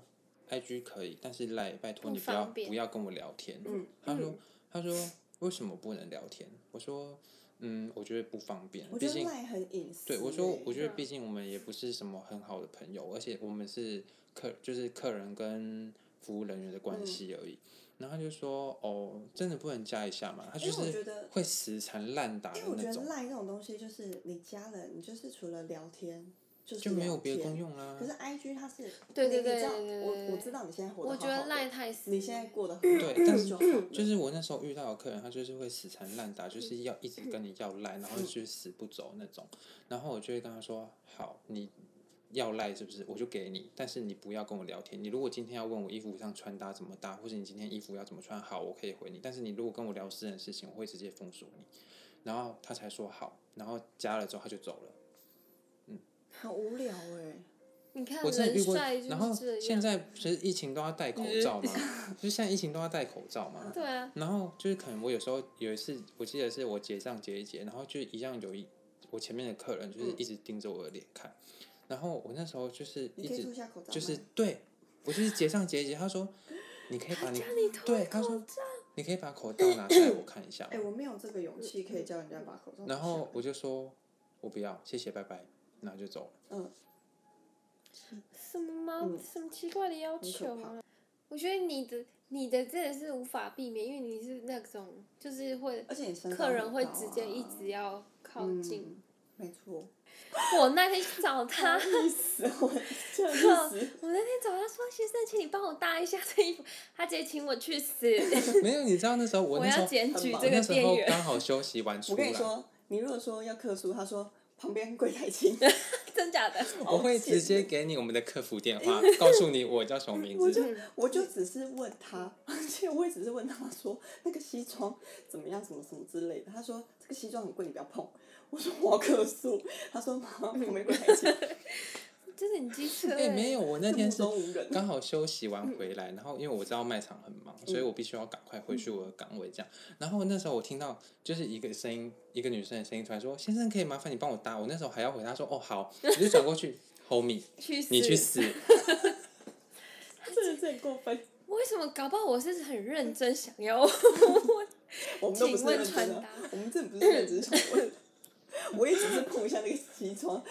S1: ，IG 可以，但是来拜托
S3: 不
S1: 你不要
S3: 方便
S1: 不要跟我聊天。
S2: 嗯
S1: 他说他说为什么不能聊天？我说嗯，我觉得不方便，
S2: 我
S1: 毕
S2: 觉得
S1: 竟
S2: 赖很隐私、欸
S1: 对我说，我觉得
S3: 对
S1: 毕竟我们也不是什么很好的朋友，而且我们是客，就是客人跟服务人员的
S2: 嗯
S1: 关系而已。然后他就说，哦，真的不能加一下嘛？他
S2: 因
S1: 就
S2: 为我觉
S1: 是
S2: 得，
S1: 会死缠烂打的
S2: 因为我觉
S1: 那
S2: 得
S1: 种，
S2: 赖那种东西，就是你加了，你就是除了聊天，就是
S1: 就没有
S2: 聊
S1: 别的
S2: 天
S1: 功。用啊啦、
S2: 可是 I G 它是，
S3: 对对
S2: 你
S3: 对
S2: 你知道
S3: 对对对
S2: 我我
S3: 对
S2: 知道你现在活得
S3: 我
S2: 好
S3: 觉得
S2: 好的哦
S3: 赖太死
S2: 你现在过得很
S1: 对
S2: 好，
S1: 但是
S2: 就好了
S1: 就是我那时候遇到的客人，他就是会死缠烂打，就是要一直跟你要赖，然后就是死不走那种。然后我就会跟他说：“好，你要赖是不是？我就给你，但是你不要跟我聊天。你如果今天要问我衣服上穿搭怎么搭，或者你今天衣服要怎么穿好，我可以回你。但是你如果跟我聊私人事情，我会直接封锁你。”然后他才说好，然后加了之后他就走了。
S2: 好无聊哎、
S3: 你看
S1: 我真的遇
S3: 人
S1: 过，
S3: 帅就
S1: 然后
S3: 是这样。
S1: 现在不是疫情都要戴口罩 嘛，就现在疫情都要戴口罩嘛。
S3: 对啊，
S1: 然后就是可能我有时候有一次，我记得是我结账结一结，然后就一样有一我前面的客人
S2: 嗯
S1: 就是一直盯着我的脸看，然后我那时候就是
S2: 你
S1: 一
S2: 可以
S1: 直
S2: 脱下口罩吗
S1: 就是对我就是结账结一结，他说你可以把你对他说你可以把口罩拿出来我看一下
S2: 哎、，我没有这个勇气可以叫人家把口罩。
S1: 然后，我就说我不要，谢谢拜拜，然后就走了。
S2: 嗯，
S3: 什么吗？
S2: 嗯
S3: 什么奇怪的要
S2: 很可
S3: 求啊？我觉得你的你的真的是无法避免，因为你是那种就是会
S2: 而且你身高
S3: 客人
S2: 很
S3: 会
S2: 高
S3: 直接一
S2: 啊
S3: 直要靠近。
S2: 嗯没 错，
S3: 我那天去 找他，
S2: 意思我真
S3: 我
S2: 的意思。
S3: 那天找他说：“先生，请你帮我搭一下这衣服。”他直接请我去死，
S1: 没有，你知道那时候我
S3: 我
S1: 那时
S3: 要
S1: 候
S3: 检
S2: 很
S3: 举
S2: 忙
S1: 我
S3: 这
S1: 那
S3: 个
S1: 时
S3: 店
S1: 候刚
S3: 员，
S1: 好休息完出
S2: 我跟
S1: 来
S2: 你，说，你如果说要客诉，他说旁边柜台请。
S3: 真假的？
S1: 我
S2: 哦
S1: 会直接给你我们的客服电 话，告诉你我叫什么名
S2: 我
S1: 字
S2: 就。我就只是问他，而且我也只是问他说那个西装怎么样，什么什么之类的。他说这个西装很贵，你不要碰。我说我要客诉，他说妈，我没柜台请，
S3: 这是你机车、
S1: 哎、
S3: 欸
S1: 没有，我那天
S2: 目
S1: 是
S2: 中无人。
S1: 刚好休息完
S3: 嗯
S1: 回来，然后因为我知道卖场很忙，所以我必须要赶快回去我的岗位这样。然后那时候我听到就是一个声音，一个女生的声音突然说：“先生，可以麻烦你帮我搭。”我那时候还要回答说：“哦，好。”我就转过去，homie，
S3: 去死！
S1: 你去死！
S2: 真的是很过分。
S3: 为什么？搞不好我是很认真想要问
S2: 我们都不是
S3: 请问
S2: 认真的
S1: 啊
S3: 穿搭，
S2: 我们真的不是认真想问。 我也只是碰一下那个西装，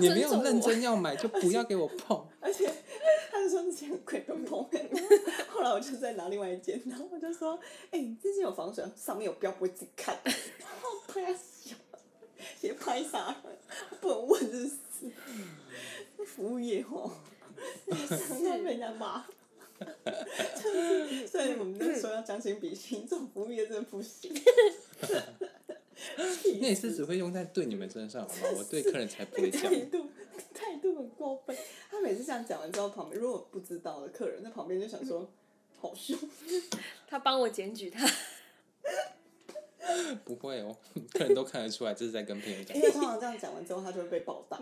S1: 你没有
S3: 尊重
S1: 认
S3: 我
S1: 真要买，就不要给我 碰。
S2: 而且他就说那件很贵，不用碰。 后来我就再拿另外一件，然后我就说：“哎、你这件有防水，上面有标，不会自己看。”好拍笑，也拍啥？不能问是死。服务业哦，真的被人家骂。 就是，所以我们就说要将心比心，这种服务业真的不行。
S1: 那也是只会用在对你们身上好吗？我对客人才不会这
S2: 态
S1: 样。
S2: 度态度很过分。他每次这样讲完之后，旁边如果不知道的客人在旁边就想说，好凶。
S3: 他帮我检举 他，
S1: 不会哦， 客人都看得出来这是在跟朋友讲
S2: 因。为通常这样讲完之后，他就会被暴 打。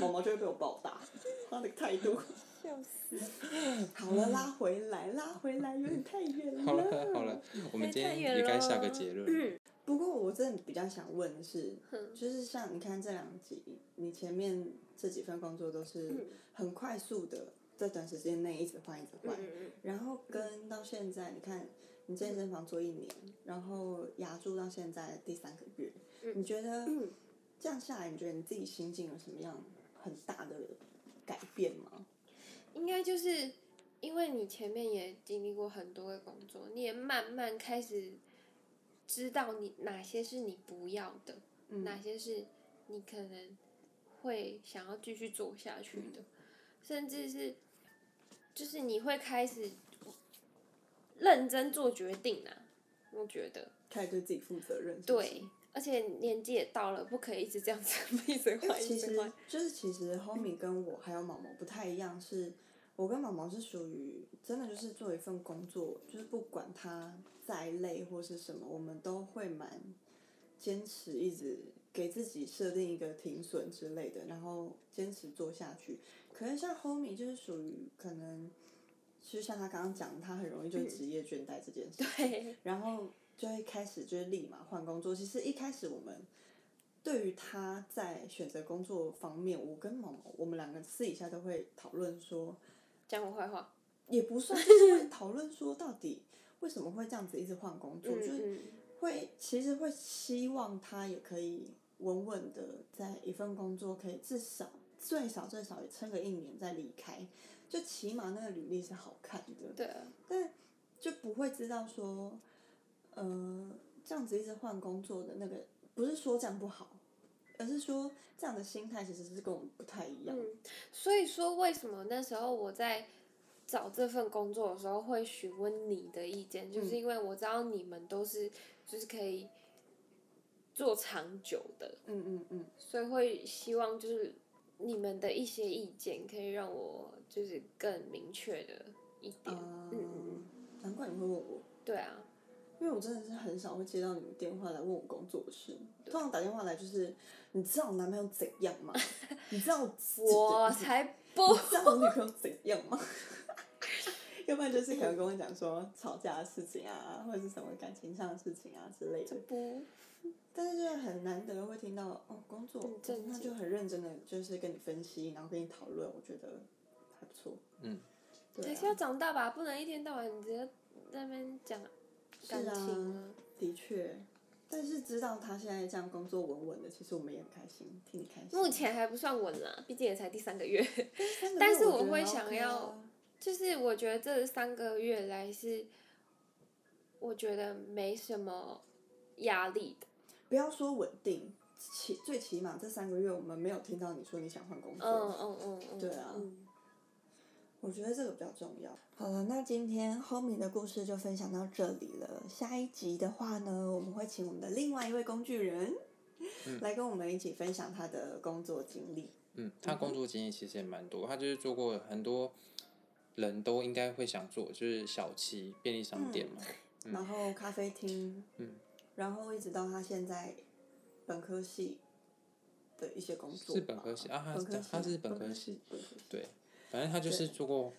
S2: 毛毛就会被我暴打，他的态度。
S3: 笑死！
S2: 好了，拉回来，拉回来，有点太远了。
S1: 好了好了，我
S3: 哎
S1: 们今天也该下个结论。
S2: 不过我真的比较想问的是，
S3: 哼
S2: 就是像你看这两集，你前面这几份工作都是很快速的，在短时间内一直换一直换，
S3: 嗯
S2: 然后跟到现在，你看你健身房做一年，然后牙住到现在第三个月，你觉得
S3: 嗯
S2: 这样下来，你觉得你自己心境有什么样很大的改变吗？
S3: 应该就是因为你前面也经历过很多个工作，你也慢慢开始知道你哪些是你不要的，
S2: 嗯
S3: 哪些是你可能会想要继续做下去
S2: 嗯
S3: 的，甚至是就是你会开始认真做决定啊，我觉得
S2: 开始对自己负责任。是不是
S3: 对。而且年纪也到了，不可以一直这样子 一直
S2: 因
S3: 换
S2: 为
S3: 一
S2: 哎其
S3: 直
S2: 实
S3: 换。
S2: 就是其实 Homie 跟我还有毛毛不太一样，是我跟毛毛是属于真的就是做一份工作，就是不管它再累或是什么，我们都会蛮坚持，一直给自己设定一个停损之类的，然后坚持做下去。可是像 Homie 就是属于可能，就像他刚刚讲的，他很容易就职业倦怠这件事情。
S3: 对，
S2: 然后就会开始就是立马换工作。其实一开始我们对于他在选择工作方面，我跟毛毛我们两个私底下都会讨论说，
S3: 讲我坏话。
S2: 也不算就是会讨论说到底为什么会这样子一直换工作，
S3: 嗯
S2: 就是
S3: 嗯，
S2: 会其实会希望他也可以稳稳的在一份工作，可以至少最少最少也撑个一年再离开，就起码那个履历是好看的，
S3: 对啊，
S2: 但就不会知道说，呃，这样子一直换工作的那个，不是说这样不好，而是说这样的心态其实是跟我们不太一样。
S3: 嗯所以说为什么那时候我在找这份工作的时候会询问你的意见，
S2: 嗯
S3: 就是因为我知道你们都是就是可以做长久的，
S2: 嗯嗯嗯，
S3: 所以会希望就是你们的一些意见可以让我就是更明确的一点。
S2: 啊、
S3: 嗯
S2: 难怪你会问我，
S3: 对啊，
S2: 因为我真的是很少会接到你们电话来问我工作的事，通常打电话来就是，你知道我男朋友怎样 吗？你知道
S3: 我
S2: 你
S3: 才不
S2: 知 道我女朋友怎样吗？ 要不然就是可能跟我讲说吵架的事情啊，或者是什么感情上的事情啊之类的。
S3: 不，
S2: 但是就是很难得会听到哦，工作
S3: 很正
S2: 那就
S3: 经
S2: 很认真的，就是跟你分析，然后跟你讨论，我觉得还不错。
S1: 嗯，
S2: 对
S3: 还是
S2: 啊
S3: 要，长大吧，不能一天到晚你直接在那边讲感
S2: 是啊
S3: 情啊。
S2: 的确。但是知道他现在这样工作稳稳的，其实我们也很开心，替你开心。
S3: 目前还不算稳啦，毕竟也才第三个月。
S2: 三个
S3: 但
S2: 月
S3: 是
S2: 我
S3: 我
S2: 觉得
S3: 会
S2: 还
S3: 想
S2: OK 啊
S3: 要就是我觉得这三个月来是，我觉得没什么压力的。
S2: 不要说稳定，起最起码这三个月我们没有听到你说你想换工作。
S3: 嗯嗯嗯嗯，
S2: 对啊
S3: 嗯
S2: 我觉得这个比较重要。好了，那今天 Homie 的故事就分享到这里了。下一集的话呢，我们会请我们的另外一位工具人、来跟我们一起分享他的工作经历。
S1: 嗯，他工作经验其实也蛮多，他就是做过很多人都应该会想做，就是小七便利商店嘛。
S2: 然后咖啡厅，
S1: 嗯
S2: 然后一直到他现在本科系的一些工作吧，
S1: 是本科系啊他
S2: 本科系
S1: 他是本
S2: 本
S1: 科系
S2: 系，本科系
S1: 对，反正他就是
S2: 对
S1: 做过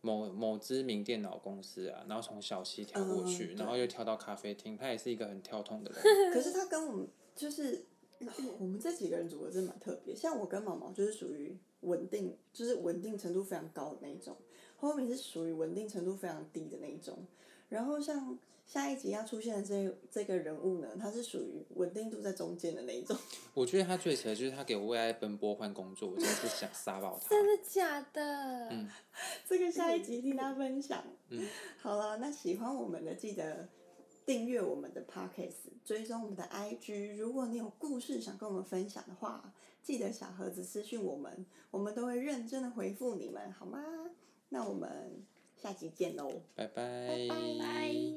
S1: 某某知名电脑公司啊，然后从小七跳过
S2: 嗯
S1: 去，然后
S2: 对
S1: 又跳到咖啡厅，他也是一个很跳痛的人。
S2: 可是他跟我们就是 我们这几个人组合真的蛮特别，像我跟毛毛就是属于稳定，就是稳定程度非常高的那一种，后面是属于稳定程度非常低的那一种。然后像下一集要出现的这这个人物呢，他是属于稳定度在中间的那一种。
S1: 我觉得他最扯的就是他给我为爱奔波换工作，我真的是想杀爆他。
S3: 真的假的？
S1: 嗯
S2: 这个下一集听他分享。
S1: 嗯
S2: 好了，那喜欢我们的记得订阅我们的 podcast，追踪我们的 IG。如果你有故事想跟我们分享的话，记得小盒子私讯我们，我们都会认真的回复你们，好吗？那我们下集见喽。
S1: 拜
S2: 拜拜
S3: 拜。